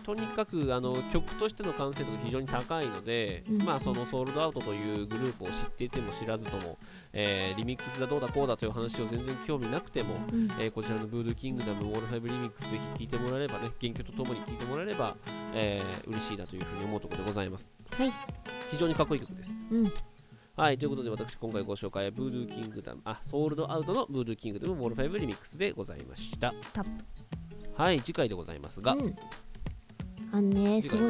[SPEAKER 1] とにかくあの曲としての完成度が非常に高いので、
[SPEAKER 2] うん
[SPEAKER 1] まあそのソールドアウトというグループを知っていても知らずとも、えーリミックスだどうだこうだという話を全然興味なくても、
[SPEAKER 2] うん
[SPEAKER 1] えーこちらのブードゥーキングダムウォールファイブリミックスぜひ聴いてもらえればね原曲とともに聴いてもらえれば、えー嬉しいなというふうに思うところでございます
[SPEAKER 2] はい
[SPEAKER 1] 非常にかっこいい曲です
[SPEAKER 2] うん
[SPEAKER 1] はい、ということで私今回ご紹介はブードゥーキングダム、あ、ソールドアウトのブードゥーキングダムウォールファイブリミックスでございました。
[SPEAKER 2] た
[SPEAKER 1] はい、次回でございますが、
[SPEAKER 2] うんあの
[SPEAKER 1] 次
[SPEAKER 2] ねす
[SPEAKER 1] 回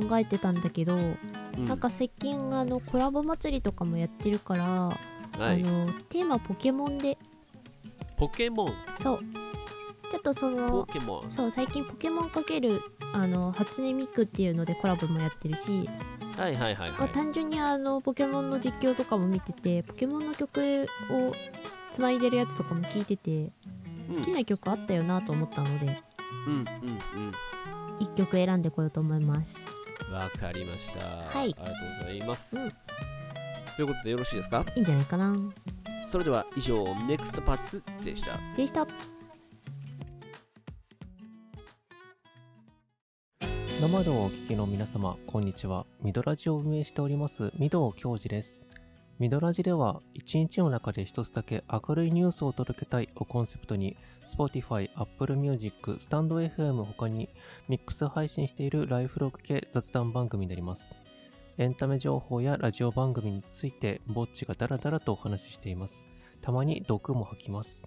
[SPEAKER 2] ごい考えてたんだけど、
[SPEAKER 1] うん
[SPEAKER 2] なんか最近あのコラボ祭りとかもやってるから、
[SPEAKER 1] は
[SPEAKER 2] あ
[SPEAKER 1] い、
[SPEAKER 2] のテーマポケモンで
[SPEAKER 1] ポケモン、
[SPEAKER 2] そうちょっとそ
[SPEAKER 1] ポ
[SPEAKER 2] の
[SPEAKER 1] ケモン、
[SPEAKER 2] そう最近ポケモンかけるあの初音ミクっていうのでコラボもやってるし、
[SPEAKER 1] はいはいはい
[SPEAKER 2] ま
[SPEAKER 1] は
[SPEAKER 2] あ、
[SPEAKER 1] い。
[SPEAKER 2] 単純にあのポケモンの実況とかも見ててポケモンの曲をつないでるやつとかも聞いてて
[SPEAKER 1] うん
[SPEAKER 2] 好きな曲あったよなと思ったので、
[SPEAKER 1] うんうん
[SPEAKER 2] 1曲選んでこようと思います
[SPEAKER 1] うん、わかりました。
[SPEAKER 2] い
[SPEAKER 1] ありがとうございます。
[SPEAKER 2] うん
[SPEAKER 1] ということでよろしいですか
[SPEAKER 2] いいんじゃないかな
[SPEAKER 1] それでは以上、ネクストパスでした。
[SPEAKER 2] でした
[SPEAKER 11] 生でお聞きの皆様、こんにちは。ミドラジを運営しております、ミドウ教授です。ミドラジでは、一日の中で一つだけ明るいニュースを届けたいをコンセプトに、Spotify、Apple Music、StandFM 他に、ミックス配信しているライフログ系雑談番組になります。エンタメ情報やラジオ番組について、ぼっちがダラダラとお話ししています。たまに毒も吐きます。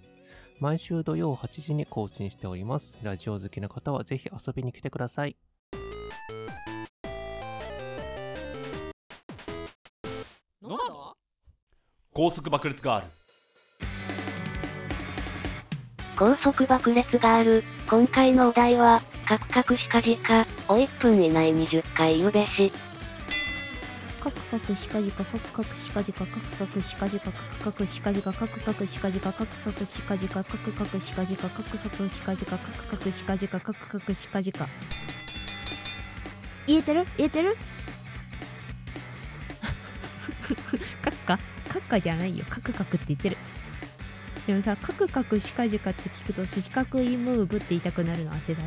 [SPEAKER 11] 毎週土曜8時に更新しております。ラジオ好きな方はぜひ遊びに来てください。
[SPEAKER 9] ノマド
[SPEAKER 4] 高速爆裂ガール
[SPEAKER 12] 高速爆裂がある。今回のお題は、カクカクしかじか、を1分以内に10回言うべし。
[SPEAKER 2] カクカクシカジカカクカクシカジカカクカクシカジカカクカクシカジカカクカクシカジカカクカクシカジカカクカクシカジカカクカクシカジカカクカクシカジカカクカクシカジカ言えてる言えてる カッカカッカじゃないよカクカクって言ってるでもさカクカクシカジカって聞くと四角いムーブって言いたくなるのは世代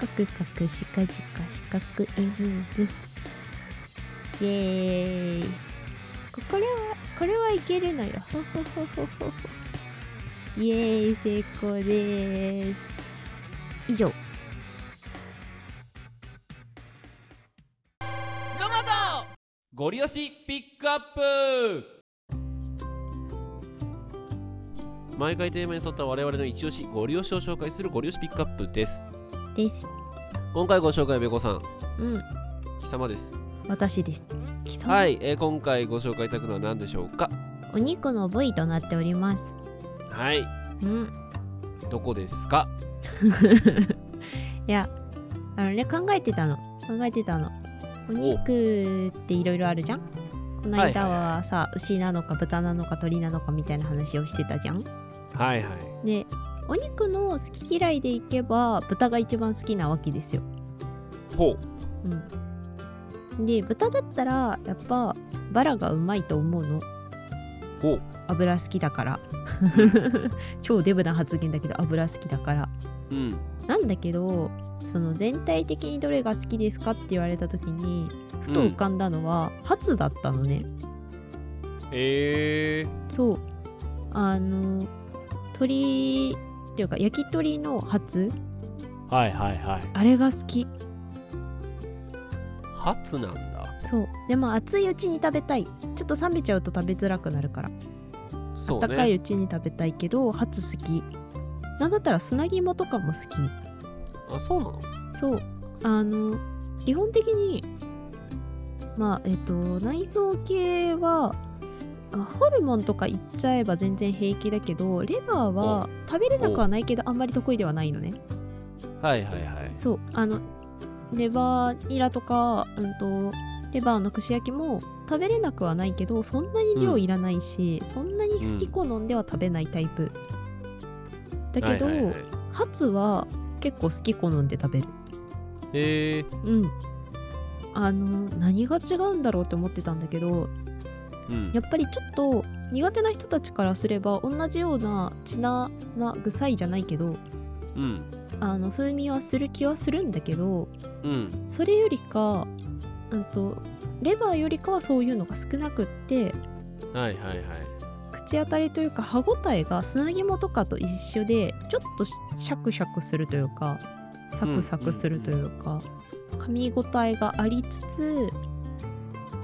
[SPEAKER 2] カクカクシカジカ四角いムーブイエーイここれはこれはいけるのよほほほほほほイエーイ成功でーす以上
[SPEAKER 13] 野本
[SPEAKER 1] ゴリ押しピックアップ毎回テーマに沿った我々の一押しゴリ押しを紹介するゴリ押しピックアップです
[SPEAKER 2] です
[SPEAKER 1] 今回ご紹介べこさん
[SPEAKER 2] うん
[SPEAKER 1] 貴様です
[SPEAKER 2] 私です貴様、
[SPEAKER 1] はい、えー今回ご紹介いただくのは何でしょうか
[SPEAKER 2] お肉の部位となっております
[SPEAKER 1] はい
[SPEAKER 2] うん
[SPEAKER 1] どこですか
[SPEAKER 2] いやあのね考えてたの考えてたのお肉っていろいろあるじゃんこの間はさ、牛なのか豚なのか鳥なのかみたいな話をしてたじゃん
[SPEAKER 1] はいはい
[SPEAKER 2] でお肉の好き嫌いでいけば豚が一番好きなわけですよ
[SPEAKER 1] ほ
[SPEAKER 2] うんで豚だったらやっぱバラがうまいと思うの
[SPEAKER 1] ほう
[SPEAKER 2] 油好きだから 超デブな発言だけど油好きだから
[SPEAKER 1] うん
[SPEAKER 2] なんだけどその全体的にどれが好きですかって言われた時にふと浮かんだのは、ハツだったのね
[SPEAKER 1] え
[SPEAKER 2] そうあの鳥っていうか焼き鳥のハツ
[SPEAKER 1] ー、はいはいはい
[SPEAKER 2] あれが好き
[SPEAKER 1] ハツなんだ
[SPEAKER 2] そうでも熱いうちに食べたいちょっと冷めちゃうと食べづらくなるから
[SPEAKER 1] そうね
[SPEAKER 2] 温かいうちに食べたいけどハツ好きなんだったら砂肝とかも好き
[SPEAKER 1] あそうなの
[SPEAKER 2] そうあの基本的にまあえっと内臓系はあホルモンとかいっちゃえば全然平気だけどレバーは食べれなくはないけどあんまり得意ではないのね
[SPEAKER 1] はいはいはい
[SPEAKER 2] そうあのレバーニラとか、うん、とレバーの串焼きも食べれなくはないけどそんなに量いらないし、そんなに好き好んでは食べないタイプ、だけど、
[SPEAKER 1] はいはいはい
[SPEAKER 2] ハツは結構好き好んで食べる
[SPEAKER 1] えー、
[SPEAKER 2] うんあの何が違うんだろうって思ってたんだけど
[SPEAKER 1] うん
[SPEAKER 2] やっぱりちょっと苦手な人たちからすれば同じような血ななぐさいじゃないけど
[SPEAKER 1] うん
[SPEAKER 2] あの風味はする気はするんだけど
[SPEAKER 1] うん
[SPEAKER 2] それよりか、うん、とレバーよりかはそういうのが少なくって
[SPEAKER 1] はいはいは い
[SPEAKER 2] 口当たりというか歯ごたえが砂肝とかと一緒でちょっとシャクシャクするというかサクサクするというか、噛みごたえがありつつ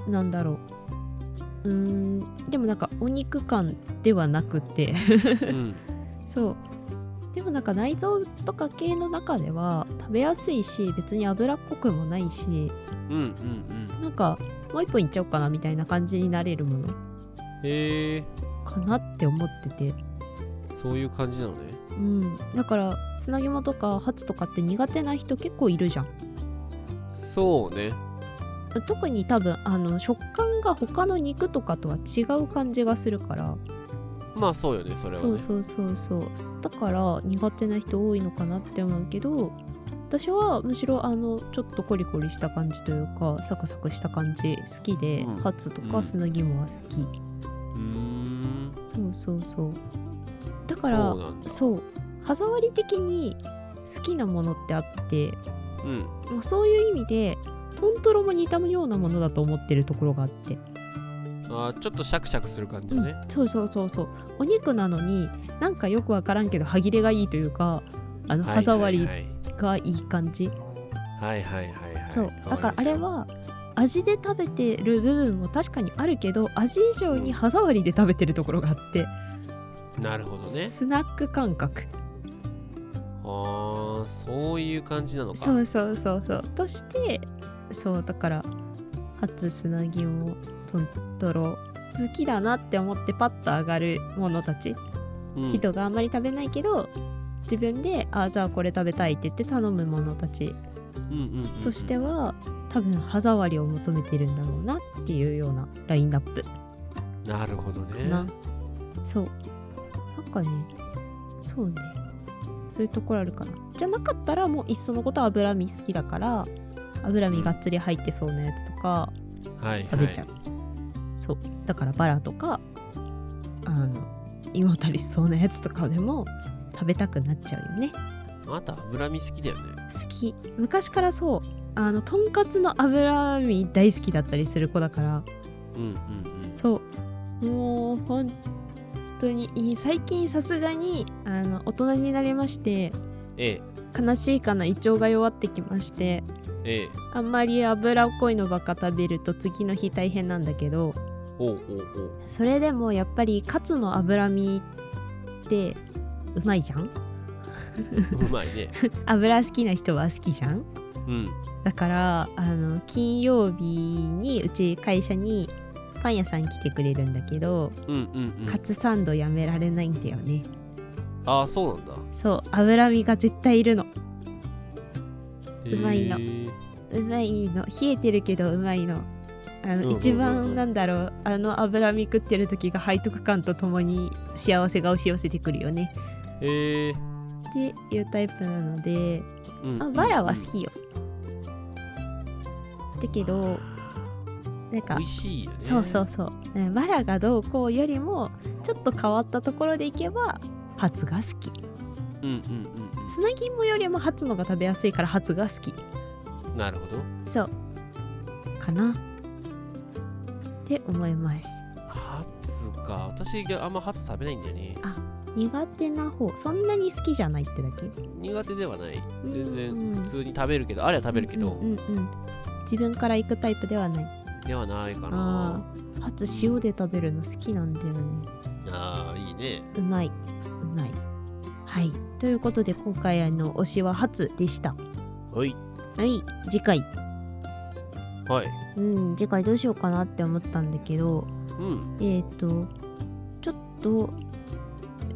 [SPEAKER 2] なんだろううーんでもなんかお肉感ではなくて
[SPEAKER 1] うん
[SPEAKER 2] そうでもなんか内臓とか系の中では食べやすいし別に脂っこくもないし
[SPEAKER 1] うんうんうん
[SPEAKER 2] なんかもう一本いっちゃおうかなみたいな感じになれるもの
[SPEAKER 1] へえ
[SPEAKER 2] かなって思ってて
[SPEAKER 1] そういう感じなのね
[SPEAKER 2] うんだから砂肝とかハツとかって苦手な人結構いるじゃん
[SPEAKER 1] そうね
[SPEAKER 2] 特に多分あの食感が他の肉とかとは違う感じがするから
[SPEAKER 1] まあそうよねそれは
[SPEAKER 2] そう
[SPEAKER 1] ね
[SPEAKER 2] そうそうそうだから苦手な人多いのかなって思うけど私はむしろあのちょっとコリコリした感じというかサクサクした感じ好きで、
[SPEAKER 1] うん
[SPEAKER 2] ハツと
[SPEAKER 1] う
[SPEAKER 2] か
[SPEAKER 1] ん
[SPEAKER 2] 砂肝は好き、
[SPEAKER 1] うーん
[SPEAKER 2] そうそうそうだから
[SPEAKER 1] そうなん
[SPEAKER 2] そう歯触り的に好きなものってあって、
[SPEAKER 1] うん
[SPEAKER 2] まあ、そういう意味でトントロも似たようなものだと思ってるところがあって、
[SPEAKER 1] あーちょっとシャクシャクする感じだね、
[SPEAKER 2] そうそうそうそうお肉なのになんかよくわからんけど歯切れがいいというかあの
[SPEAKER 1] はい
[SPEAKER 2] 歯触り
[SPEAKER 1] はい
[SPEAKER 2] がいい感じ、
[SPEAKER 1] はいはいはいはい
[SPEAKER 2] そうだからあれ
[SPEAKER 1] わり
[SPEAKER 2] は味で食べてる部分も確かにあるけど味以上に歯触りで食べてるところがあって、
[SPEAKER 1] ますよなるほどね
[SPEAKER 2] スナック感覚
[SPEAKER 1] あーそういう感じなのか
[SPEAKER 2] そうそうそうそうとしてそうだから初砂肝トントロ好きだなって思ってパッと上がるものたち、
[SPEAKER 9] うん
[SPEAKER 2] 人があんまり食べないけど自分であじゃあこれ食べたいって言って頼むものたちとしては多分歯触りを求めてるんだろうなっていうようなラインナップ
[SPEAKER 9] なるほどね
[SPEAKER 2] なそうなんかねそうねそういうところあるかなじゃなかったらもういっそのこと脂身好きだから脂身がっつり入ってそうなやつとか
[SPEAKER 9] はい
[SPEAKER 2] 食べちゃう、そうだからバラとかあの胃もたりしそうなやつとかでも食べたくなっちゃうよね
[SPEAKER 9] あなた脂身好きだよね
[SPEAKER 2] 好き昔からそうあのとんかつの脂身大好きだったりする子だから
[SPEAKER 9] うんうん
[SPEAKER 2] そうもう本当に最近さすがにあの大人になりまして
[SPEAKER 9] え
[SPEAKER 2] 悲しいかな胃腸が弱ってきまして
[SPEAKER 9] えええ
[SPEAKER 2] あんまり脂っこいのばっか食べると次の日大変なんだけど
[SPEAKER 9] おうおうおう
[SPEAKER 2] それでもやっぱりカツの脂身ってうまいじゃん
[SPEAKER 9] うまいね
[SPEAKER 2] 油好きな人は好きじゃん
[SPEAKER 9] うん
[SPEAKER 2] だからあの金曜日にうち会社にパン屋さん来てくれるんだけど
[SPEAKER 9] うんうんうん
[SPEAKER 2] カツサンドやめられないんだよね
[SPEAKER 9] ああそうなんだ
[SPEAKER 2] そう脂身が絶対いるのうまいの
[SPEAKER 9] へえ
[SPEAKER 2] うまいの冷えてるけどうまいのあ
[SPEAKER 9] うんうんうん
[SPEAKER 2] の
[SPEAKER 9] うん
[SPEAKER 2] 一番なんだろうあの脂身食ってる時が背徳感とともに幸せが押し寄せてくるよね
[SPEAKER 9] へえ
[SPEAKER 2] っていうタイプなので、
[SPEAKER 9] うん
[SPEAKER 2] あバラは好きよ、だけどなんか
[SPEAKER 9] 美味しいよね
[SPEAKER 2] そうそうそううんバラがどうこうよりもちょっと変わったところでいけばハツが好き
[SPEAKER 9] うんうん
[SPEAKER 2] 砂肝よりもハツのが食べやすいからハツが好き
[SPEAKER 9] うんなるほど
[SPEAKER 2] そうかなって思います
[SPEAKER 9] ハツか私あんまハツ食べないんだよね
[SPEAKER 2] 苦手な方そんなに好きじゃないってだけ
[SPEAKER 9] 苦手ではない全然普通に食べるけどあれは食べるけど、
[SPEAKER 2] うんうん自分から行くタイプではない
[SPEAKER 9] ではないかな
[SPEAKER 2] ああハツ塩で食べるの好きなんだよね
[SPEAKER 9] ああいいね
[SPEAKER 2] うまいうまいはいということで今回あの推しはハツでした
[SPEAKER 9] はい
[SPEAKER 2] はい次回
[SPEAKER 9] はい
[SPEAKER 2] うん次回どうしようかなって思ったんだけど
[SPEAKER 9] うん
[SPEAKER 2] えっ、とちょっと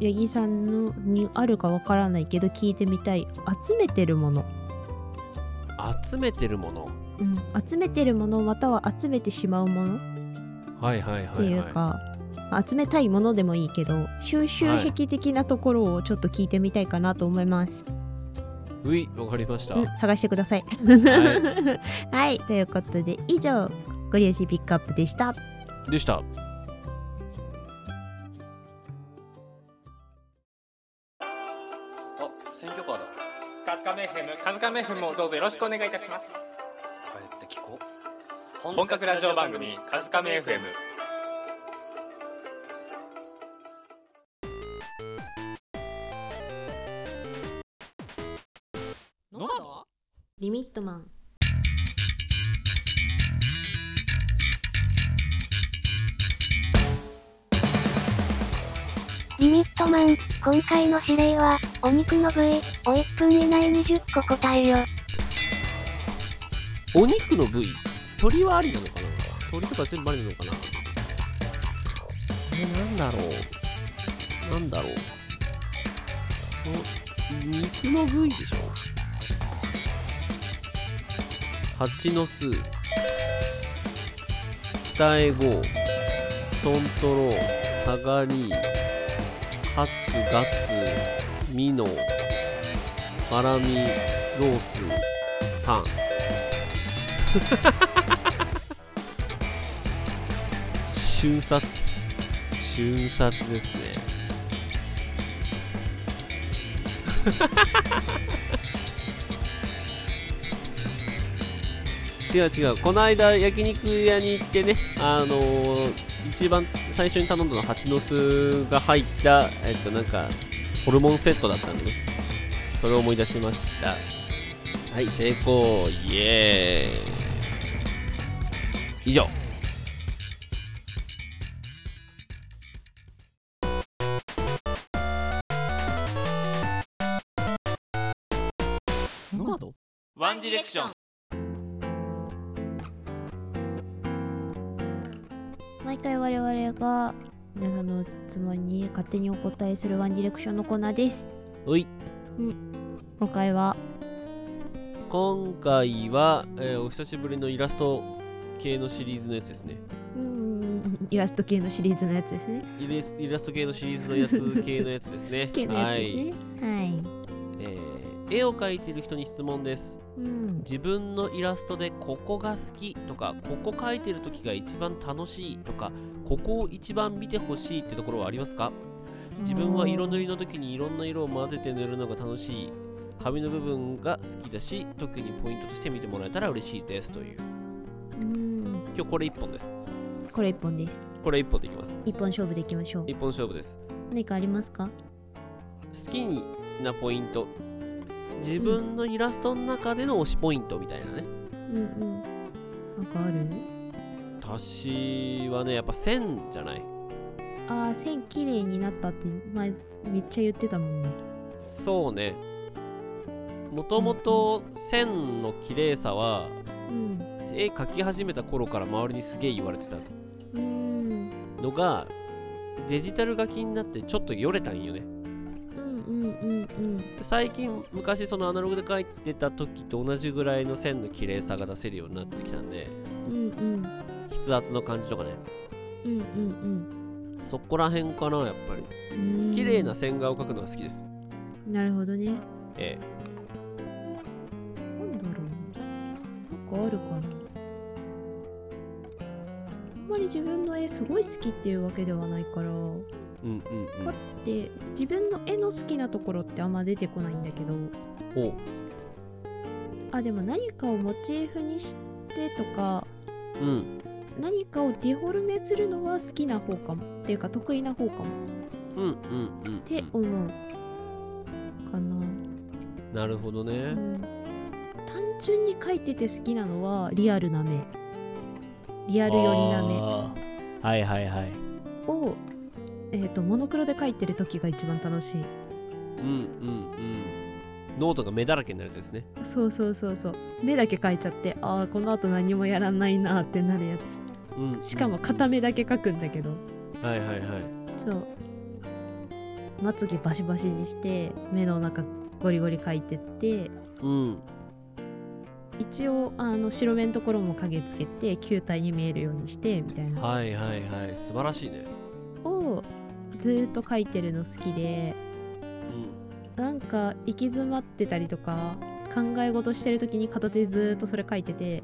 [SPEAKER 2] 八木さんのにあるかわからないけど聞いてみたい集めてるもの、
[SPEAKER 9] 集めてるもの
[SPEAKER 2] うん、集めてるものまたは集めてしまうもの
[SPEAKER 9] はいはいはい、はい、
[SPEAKER 2] っていうか、まあ集めたいものでもいいけど収集癖的なところをちょっと聞いてみたいかなと思います、
[SPEAKER 9] ういわかりました、
[SPEAKER 2] うん、探してください
[SPEAKER 9] は
[SPEAKER 2] はい、ということで以上ご利用しピックアップでした
[SPEAKER 9] でした
[SPEAKER 14] あ、選挙カーだ。カズカメヘム、カズカメヘムをどうぞよろしくお願いいたします。
[SPEAKER 15] 帰って聞こう
[SPEAKER 14] 本格ラジオ番組カズカメ FM
[SPEAKER 2] リミットマン
[SPEAKER 16] リミットマン、今回の指令は、お肉の部位、を1分以内20個答えよ。
[SPEAKER 9] お肉の部位鳥はありなのかな鳥とか全部ありなのかなえー、なんだろうなんだろうお肉の部位でしょ蜂の巣二重号トントロサガリハツガツミノハラミロースタン瞬殺瞬殺ですね 違う違うこの間焼肉屋に行ってねあのー一番最初に頼んだのは蜂の巣が入ったえっとなんかホルモンセットだったんでねそれを思い出しましたはい成功イエーイ以上
[SPEAKER 17] ノマド
[SPEAKER 14] ワンディレクション。
[SPEAKER 2] 毎回我々が皆さんの質問に勝手にお答えするワンディレクションのコーナーです。
[SPEAKER 9] うい
[SPEAKER 2] うん今回は
[SPEAKER 9] 今回は、えーお久しぶりのイラスト系のシリーズのやつですね
[SPEAKER 2] うーんイラスト系のシリーズのやつですね。
[SPEAKER 9] イラスイラスト系のシリーズのやつ系のやつですね
[SPEAKER 2] 系のやつですね
[SPEAKER 9] はい、。
[SPEAKER 2] はい。
[SPEAKER 9] えー絵を描いてる人に質問です
[SPEAKER 2] うん。
[SPEAKER 9] 自分のイラストでここが好きとかここ描いてる時が一番楽しいとかここを一番見てほしいってところはありますか自分は色塗りの時にいろんな色を混ぜて塗るのが楽しい紙の部分が好きだし特にポイントとして見てもらえたら嬉しいですという
[SPEAKER 2] うん。
[SPEAKER 9] 今日これ1本です
[SPEAKER 2] これ一本です。
[SPEAKER 9] これ1本でいきます
[SPEAKER 2] 一本勝負でいきましょう。
[SPEAKER 9] 1本勝負です
[SPEAKER 2] 何かありますか
[SPEAKER 9] 好きなポイント自分のイラストの中での推しポイントみたいなね
[SPEAKER 2] うんうん。なんかある
[SPEAKER 9] 私はねやっぱ線じゃない
[SPEAKER 2] ああ、線綺麗になったって前めっちゃ言ってたもんね。
[SPEAKER 9] そうねもともと線の綺麗さは
[SPEAKER 2] うん。
[SPEAKER 9] 絵描き始めた頃から周りにすげえ言われてた
[SPEAKER 2] うん。
[SPEAKER 9] のがデジタル書きになってちょっとよれたんよね
[SPEAKER 2] うんうんうんうん。
[SPEAKER 9] 最近昔そのアナログで書いてた時と同じぐらいの線の綺麗さが出せるようになってきたんで
[SPEAKER 2] うんうん
[SPEAKER 9] 筆圧の感じとかね
[SPEAKER 2] うんうん
[SPEAKER 9] そこら辺かなやっぱり
[SPEAKER 2] うん。
[SPEAKER 9] 綺麗な線画を描くのが好きです
[SPEAKER 2] なるほどね。
[SPEAKER 9] え
[SPEAKER 2] なんだろう。なんかあるかな。あんまり自分の絵すごい好きっていうわけではないから。
[SPEAKER 9] えうんうん
[SPEAKER 2] パッて自分の絵の好きなところってあんま出てこないんだけど
[SPEAKER 9] うんほ
[SPEAKER 2] あでも何かをモチーフにしてとか
[SPEAKER 9] ううん
[SPEAKER 2] 何かをデフォルメするのは好きな方かもっていうか得意な方かも
[SPEAKER 9] うんうんうん
[SPEAKER 2] って思うかな、
[SPEAKER 9] なるほどね
[SPEAKER 2] うん単純に描いてて好きなのはリアルな目リアル寄りな目
[SPEAKER 9] あーはいはいはい
[SPEAKER 2] を、えー、とモノクロで描いてる時が一番楽しい
[SPEAKER 9] うんうんうんノートが目だらけになるやつですね
[SPEAKER 2] そうそうそうそう目だけ描いちゃってああこの後何もやらないなーってなるやつ
[SPEAKER 9] うん
[SPEAKER 2] しかも片目だけ描くんだけど
[SPEAKER 9] はいはいはい
[SPEAKER 2] そうまつげバシバシにして目の中ゴリゴリ描いてって
[SPEAKER 9] うん
[SPEAKER 2] 一応あの白目のところも影つけて球体に見えるようにしてみたいな
[SPEAKER 9] はいはいはい素晴らしいね
[SPEAKER 2] をずーっと描いてるの好きでなんか行き詰まってたりとか考え事してる時に片手でずーっとそれ描いてて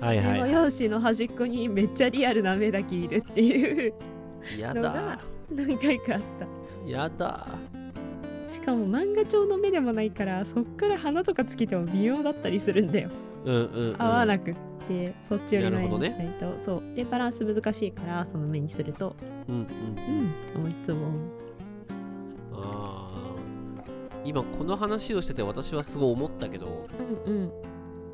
[SPEAKER 9] はい
[SPEAKER 2] メモ用紙の端っこにめっちゃリアルな目だけいるっていう
[SPEAKER 9] や
[SPEAKER 2] のが
[SPEAKER 9] だ
[SPEAKER 2] 何回かあった。
[SPEAKER 9] やだ
[SPEAKER 2] しかも漫画調の目でもないからそっから花とかつけても微妙だったりするんだよ、
[SPEAKER 9] うんうん、うん、
[SPEAKER 2] 合わなくってそっちより前にしな
[SPEAKER 9] ない
[SPEAKER 2] と、そうでバランス難しいからその目にすると
[SPEAKER 9] うんうん
[SPEAKER 2] うんもういつも
[SPEAKER 9] あー今この話をしてて私はすごい思ったけど
[SPEAKER 2] うん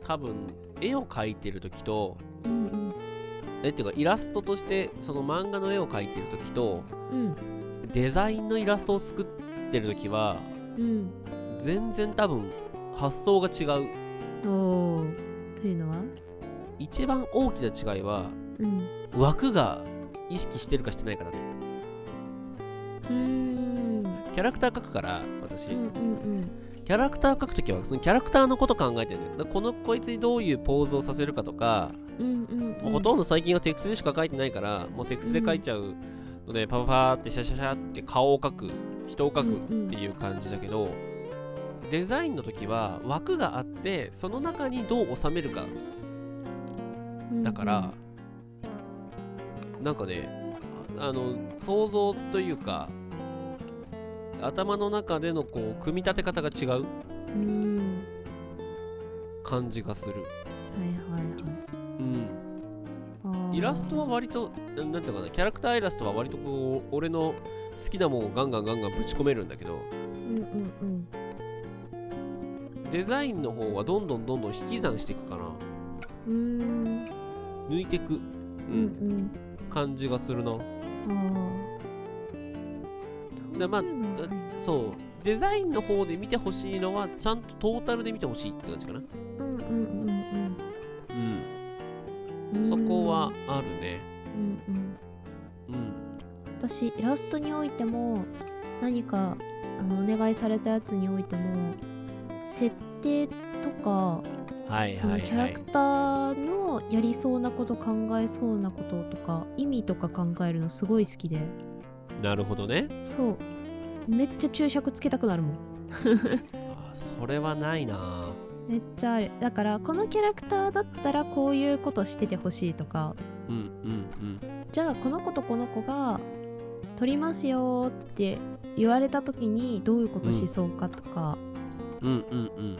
[SPEAKER 9] 多分絵を描いてる時と
[SPEAKER 2] うんうん
[SPEAKER 9] えっていうかイラストとしてその漫画の絵を描いてる時と
[SPEAKER 2] うん
[SPEAKER 9] デザインのイラストを作ってる時は
[SPEAKER 2] うん
[SPEAKER 9] 全然多分発想が違う
[SPEAKER 2] うんおーというのは
[SPEAKER 9] 一番大きな違いは
[SPEAKER 2] うん
[SPEAKER 9] 枠が意識してるかしてないかだね
[SPEAKER 2] うん
[SPEAKER 9] キャラクター描くから私、
[SPEAKER 2] うん
[SPEAKER 9] キャラクター描くときはそのキャラクターのこと考えてるんだよだからこのこいつにどういうポーズをさせるかとか、
[SPEAKER 2] うんうんうん
[SPEAKER 9] もうほとんど最近はテクストでしか描いてないからもうテクストで描いちゃうので、パパパーってシャシャシャって顔を描く人を描くっていう感じだけど、デザインの時は枠があってその中にどう収めるかだから、なんかねああの想像というか頭の中でのこう組み立て方が違う
[SPEAKER 2] うん
[SPEAKER 9] 感じがする、
[SPEAKER 2] はいはいはい
[SPEAKER 9] うん、
[SPEAKER 2] あー
[SPEAKER 9] イラストは割とななんていうのかなキャラクターイラストは割とこう俺の好きなもんをガンガンガンガンぶち込めるんだけど
[SPEAKER 2] うんうんうん
[SPEAKER 9] デザインの方はどんどんどんどん引き算していくかな
[SPEAKER 2] うん
[SPEAKER 9] 抜いていく、
[SPEAKER 2] う
[SPEAKER 9] う、
[SPEAKER 2] んん
[SPEAKER 9] 感じがするな
[SPEAKER 2] うんあ
[SPEAKER 9] でまあだそうデザインの方で見てほしいのはちゃんとトータルで見てほしいって感じかな
[SPEAKER 2] ーうんうんうんうんう
[SPEAKER 9] うん
[SPEAKER 2] ん
[SPEAKER 9] そこはあるね
[SPEAKER 2] うんうん私イラストにおいても何かあのお願いされたやつにおいても設定とか
[SPEAKER 9] はい
[SPEAKER 2] その
[SPEAKER 9] はい
[SPEAKER 2] キャラ
[SPEAKER 9] はい
[SPEAKER 2] クターのやりそうなこと考えそうなこととか意味とか考えるのすごい好きで
[SPEAKER 9] なるほどね
[SPEAKER 2] そうめっちゃ注釈つけたくなるもん
[SPEAKER 9] それはないな
[SPEAKER 2] めっちゃあるだからこのキャラクターだったらこういうことしててほしいとか
[SPEAKER 9] うんうんうん
[SPEAKER 2] じゃあこの子とこの子が取りますよって言われた時にどういうことしそうかとか、
[SPEAKER 9] うんうんうん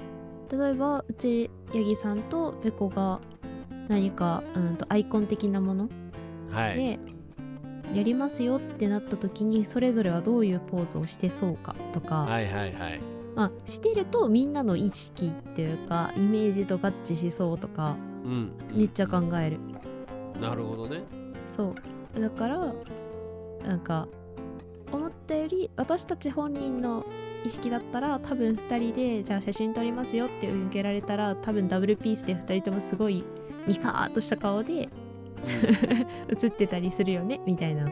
[SPEAKER 2] 例えばうち八木さんとべこが何かうんとアイコン的なもの
[SPEAKER 9] はい
[SPEAKER 2] でやりますよってなった時にそれぞれはどういうポーズをしてそうかとか、
[SPEAKER 9] はいはいはい
[SPEAKER 2] まあ、してるとみんなの意識っていうかイメージと合致しそうとか
[SPEAKER 9] うん
[SPEAKER 2] めっちゃ考える、
[SPEAKER 9] なるほど ね
[SPEAKER 2] そうだからなんか思ったより私たち本人の意識だったら多分2人でじゃあ写真撮りますよって受けられたら多分ダブルピースで2人ともすごいニカーっとした顔で写ってたりするよねみたいなだ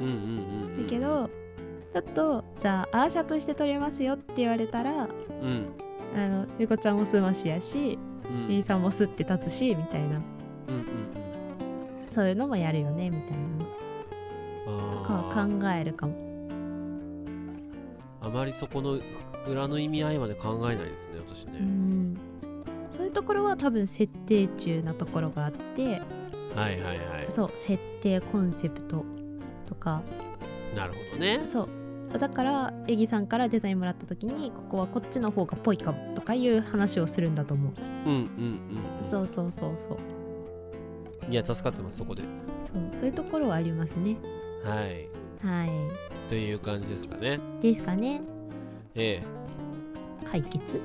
[SPEAKER 9] うんうんうんうん
[SPEAKER 2] けどちょっとじゃあアーシャとして撮れますよって言われたら
[SPEAKER 9] うん
[SPEAKER 2] あのゆこちゃんもすましやし、
[SPEAKER 9] うん
[SPEAKER 2] ゆいさんもすって立つしみたいな
[SPEAKER 9] うんうん
[SPEAKER 2] そういうのもやるよねみたいな
[SPEAKER 9] あ
[SPEAKER 2] とかは考えるかも
[SPEAKER 9] あまりそこの裏の意味合いまで考えないですね私
[SPEAKER 2] う
[SPEAKER 9] ね、
[SPEAKER 2] んそういうところは多分設定中なところがあって
[SPEAKER 9] はいはいはい
[SPEAKER 2] そう設定コンセプトとか
[SPEAKER 9] なるほどね
[SPEAKER 2] そうだからエギさんからデザインもらった時にここはこっちの方がぽいかもとかいう話をするんだと思う
[SPEAKER 9] うんうん
[SPEAKER 2] そうそうそうそう
[SPEAKER 9] うんいや助かってますそこで
[SPEAKER 2] そうそういうところはありますね
[SPEAKER 9] はい
[SPEAKER 2] はい
[SPEAKER 9] という感じですかね
[SPEAKER 2] ですかね
[SPEAKER 9] え
[SPEAKER 2] 解決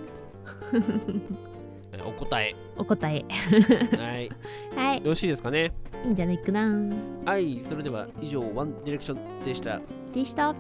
[SPEAKER 9] えお答え
[SPEAKER 2] お答え
[SPEAKER 9] はい
[SPEAKER 2] はい
[SPEAKER 9] よろしいですかね
[SPEAKER 2] いいんじゃないかな
[SPEAKER 9] はいそれでは以上ワンディレクションでした
[SPEAKER 2] でした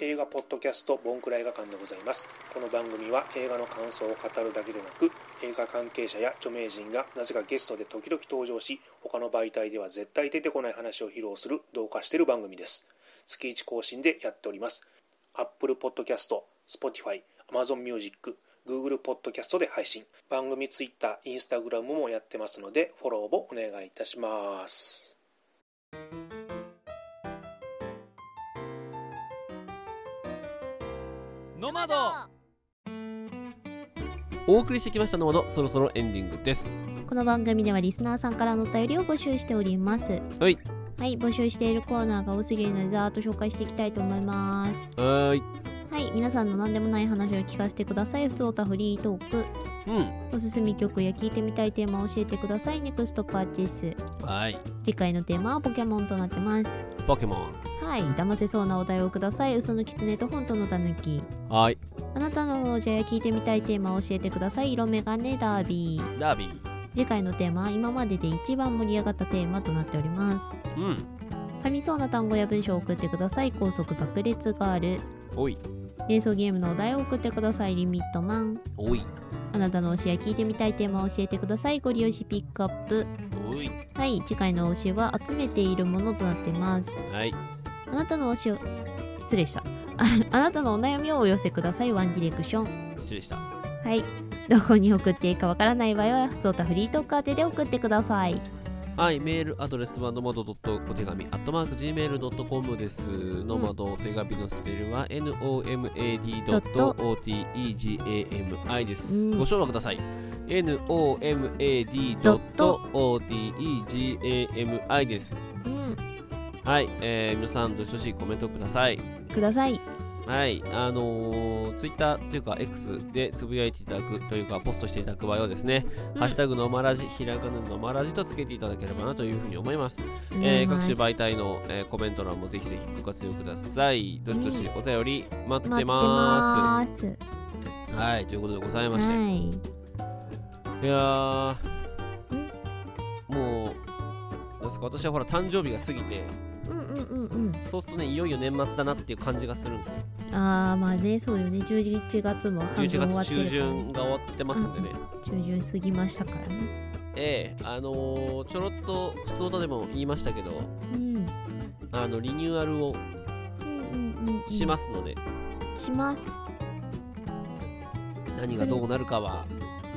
[SPEAKER 14] 映画ポッドキャストボンクラ映画館でございますこの番組は映画の感想を語るだけでなく映画関係者や著名人がなぜかゲストで時々登場し他の媒体では絶対出てこない話を披露する同化している番組です月1更新でやっております Apple Podcast、Spotify、Amazon Music、Google Podcast で配信番組 Twitter、Instagram もやってますのでフォローをお願いいたします
[SPEAKER 6] ノマド
[SPEAKER 9] お送りしてきましたのものそろそろエンディングです
[SPEAKER 2] この番組ではリスナーさんからのお便りを募集しております
[SPEAKER 9] はい
[SPEAKER 2] はい募集しているコーナーが多すぎるのでざーっと紹介していきたいと思います
[SPEAKER 9] はーい
[SPEAKER 2] はい皆さんの何でもない話を聞かせてください普通オタフリートーク
[SPEAKER 9] うん
[SPEAKER 2] おすすめ曲や聞いてみたいテーマを教えてくださいネクストパーティス
[SPEAKER 9] はい
[SPEAKER 2] 次回のテーマはポケモンとなってます
[SPEAKER 9] ポケモン
[SPEAKER 2] はい騙せそうなお題をください嘘の狐と本当のタヌキ
[SPEAKER 9] はい
[SPEAKER 2] あなたの王者や聞いてみたいテーマを教えてください色眼鏡ダービー
[SPEAKER 9] ダービー
[SPEAKER 2] 次回のテーマは今までで一番盛り上がったテーマとなっております
[SPEAKER 9] うん
[SPEAKER 2] 噛みそうな単語や文章を送ってください高速爆裂ガール
[SPEAKER 9] おい
[SPEAKER 2] 連想ゲームのお題を送ってくださいリミットマン
[SPEAKER 9] おい
[SPEAKER 2] あなたの推しや聞いてみたいテーマを教えてくださいご利用しピックアップ
[SPEAKER 9] おい
[SPEAKER 2] はい次回の推しは集めているものとなってます
[SPEAKER 9] はい
[SPEAKER 2] あなたの推しを失礼した あなたのお悩みをお寄せくださいワンディレクション
[SPEAKER 9] 失礼した
[SPEAKER 2] はいどこに送っていいかわからない場合は普通たフリートーク宛てで送ってください
[SPEAKER 9] はい、メールアドレスはノマドドットお手紙、アットマーク Gmail.com です。ノマドお手紙のスペルは nomad.otegami です。
[SPEAKER 18] うん
[SPEAKER 9] ご承諾ください。nomad.otegami です。
[SPEAKER 2] うん
[SPEAKER 9] はい、えー皆さんどしどしコメントください。
[SPEAKER 2] ください
[SPEAKER 9] はい、あのー、ツイッターというか X でつぶやいていただくというか、ポストしていただく場合はですね、
[SPEAKER 18] うん
[SPEAKER 9] ハッシュタグのまらじ、ひらがなのまらじとつけていただければなというふうに思います。
[SPEAKER 18] 思
[SPEAKER 9] え
[SPEAKER 18] い
[SPEAKER 9] ー
[SPEAKER 18] ま
[SPEAKER 9] 各
[SPEAKER 18] す
[SPEAKER 9] 種媒体の、えーコメント欄もぜひぜひご活用ください。どしどしお便り待
[SPEAKER 2] 待
[SPEAKER 9] っ
[SPEAKER 2] ってて
[SPEAKER 9] ま。
[SPEAKER 2] ますす
[SPEAKER 9] はい、ということでございまして、
[SPEAKER 2] はい
[SPEAKER 9] いやー、もう、なんすか、私はほら、誕生日が過ぎて、
[SPEAKER 2] うんうんうんうん
[SPEAKER 9] そうするとねいよいよ年末だなっていう感じがするんですよ
[SPEAKER 2] ああまあねそうよね11月も半分終わってるか
[SPEAKER 9] 11
[SPEAKER 2] ら
[SPEAKER 9] 月中旬が終わってますんでね、
[SPEAKER 2] 中旬過ぎましたからね
[SPEAKER 9] ええあのーちょろっと普通のでも言いましたけど
[SPEAKER 2] うん
[SPEAKER 9] あのリニューアルをしますので、
[SPEAKER 2] します
[SPEAKER 9] 何がどうなるかは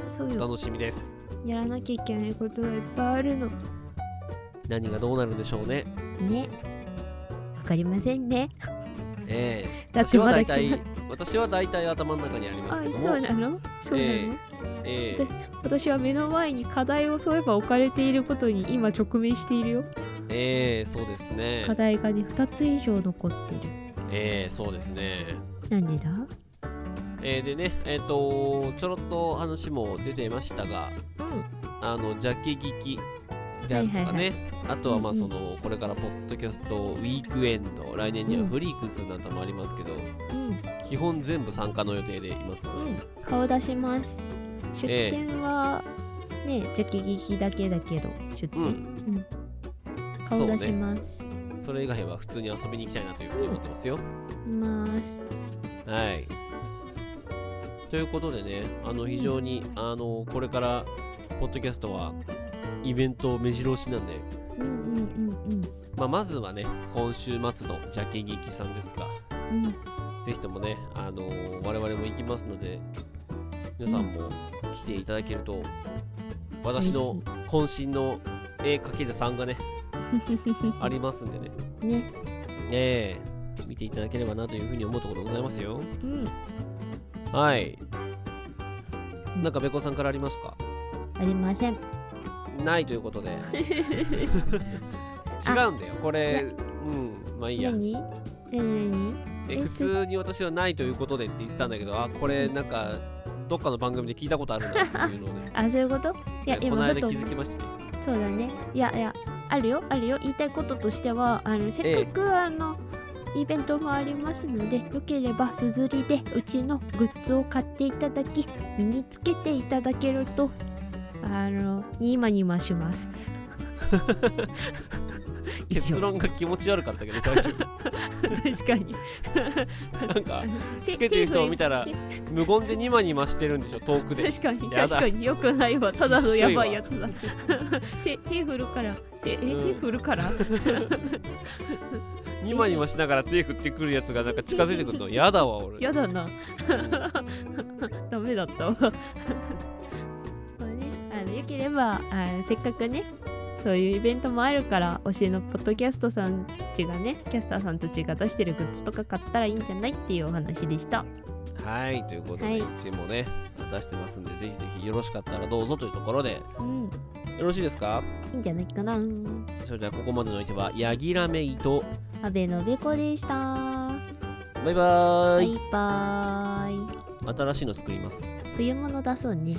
[SPEAKER 2] そう
[SPEAKER 9] お
[SPEAKER 2] よ
[SPEAKER 9] 楽しみです
[SPEAKER 2] やらなきゃいけないことがいっぱいあるの
[SPEAKER 9] 何がどうなるんでしょうね
[SPEAKER 2] ねわかりませんね
[SPEAKER 9] ええ
[SPEAKER 2] だっ
[SPEAKER 9] 私
[SPEAKER 2] て
[SPEAKER 9] は
[SPEAKER 2] まだ
[SPEAKER 9] 大
[SPEAKER 2] 決ま
[SPEAKER 9] 体私は大体頭の中にあります
[SPEAKER 2] あ
[SPEAKER 9] けども
[SPEAKER 2] そうなのそうなの、
[SPEAKER 9] ええええ
[SPEAKER 2] で私は目の前に課題をそういえば置かれていることに今直面しているよ
[SPEAKER 9] ええそうですね
[SPEAKER 2] 課題がね2つ以上残ってる
[SPEAKER 9] ええそうですね
[SPEAKER 2] なんでだ
[SPEAKER 9] えー、でね、えっ、とちょろっと話も出てましたが、あの、ジャケ聞きであると
[SPEAKER 2] は
[SPEAKER 9] かね、
[SPEAKER 2] いはいはい
[SPEAKER 9] あとはまあ
[SPEAKER 2] うんう
[SPEAKER 9] そ
[SPEAKER 2] ん
[SPEAKER 9] の、これからポッドキャストウィークエンド、来年にはフリークスなんかもありますけど、
[SPEAKER 2] うん
[SPEAKER 9] 基本全部参加の予定でいますので、
[SPEAKER 2] 顔出します出
[SPEAKER 9] ええ
[SPEAKER 2] 店は、ねジャケ聞きだけだけど出店、うん顔出します、
[SPEAKER 9] それ以外は普通に遊びに行きたいなというふうに思ってますよ。
[SPEAKER 2] います
[SPEAKER 9] はい。ということでね、あの非常に、あのこれからポッドキャストはイベントを目白押しなんで、
[SPEAKER 2] うんうんうん
[SPEAKER 9] まあ、まずはね、今週末のジャケ劇さんですが、
[SPEAKER 2] うんうん
[SPEAKER 9] ぜひともね、あのー我々も行きますので、皆さんも来ていただけると、私の渾身の絵かける3がね、ありますんでね、
[SPEAKER 2] ね
[SPEAKER 9] ええ見ていただければなというふうに思うところでございますよ。
[SPEAKER 2] うん
[SPEAKER 9] はい。なんかべこさんからありますか
[SPEAKER 2] ありません
[SPEAKER 9] ないとい うことで、違うんだよ、これ、うん、まあいいや。
[SPEAKER 2] 何え何
[SPEAKER 9] え普通に私はないということでって言ってたんだけどあこれなんかどっかの番組で聞いたことあるなっていうのをね
[SPEAKER 2] あそういうこといや
[SPEAKER 9] えこの
[SPEAKER 2] 今
[SPEAKER 9] 間
[SPEAKER 2] ふと
[SPEAKER 9] 気づき ましたね
[SPEAKER 2] そうだねいやいやあるよあるよ言いたいこととしてはあのせっかく、あのイベントもありますのでよければすずりでうちのグッズを買っていただき身につけていただけるとあのニマニマします
[SPEAKER 9] 結論が気持ち悪かったけど 最初
[SPEAKER 2] 確か に
[SPEAKER 9] なんかつけてる人を見たら無言でニマニマしてるんでしょ遠くで
[SPEAKER 2] 確かに
[SPEAKER 9] やだ
[SPEAKER 2] 確かによくないわただの
[SPEAKER 9] ひっそ
[SPEAKER 2] や
[SPEAKER 9] り
[SPEAKER 2] ば
[SPEAKER 9] はい
[SPEAKER 2] やつだ 手手振るから手え
[SPEAKER 9] うん
[SPEAKER 2] 手振るから
[SPEAKER 9] ニマニマしながら手振ってくるやつがなんか近づいてくるのやだわ俺
[SPEAKER 2] やだな ダメだったわまあねあのよければあのせっかくねそういうイベントもあるから推しのポッドキャストさんたちがねキャスターさんたちが出してるグッズとか買ったらいいんじゃないっていうお話でした
[SPEAKER 9] はいということで、
[SPEAKER 2] はいう
[SPEAKER 9] ちもね出してますんでぜひぜひよろしかったらどうぞというところでよ
[SPEAKER 2] うん
[SPEAKER 9] ろしいですか
[SPEAKER 2] いいんじゃないかな
[SPEAKER 9] それではここまでのお相手はヤギラメイと
[SPEAKER 2] 阿部のべこでした
[SPEAKER 9] バイバ
[SPEAKER 2] バ
[SPEAKER 9] ー
[SPEAKER 2] イバーイ
[SPEAKER 9] イ新しいの作ります
[SPEAKER 2] 冬物出そうね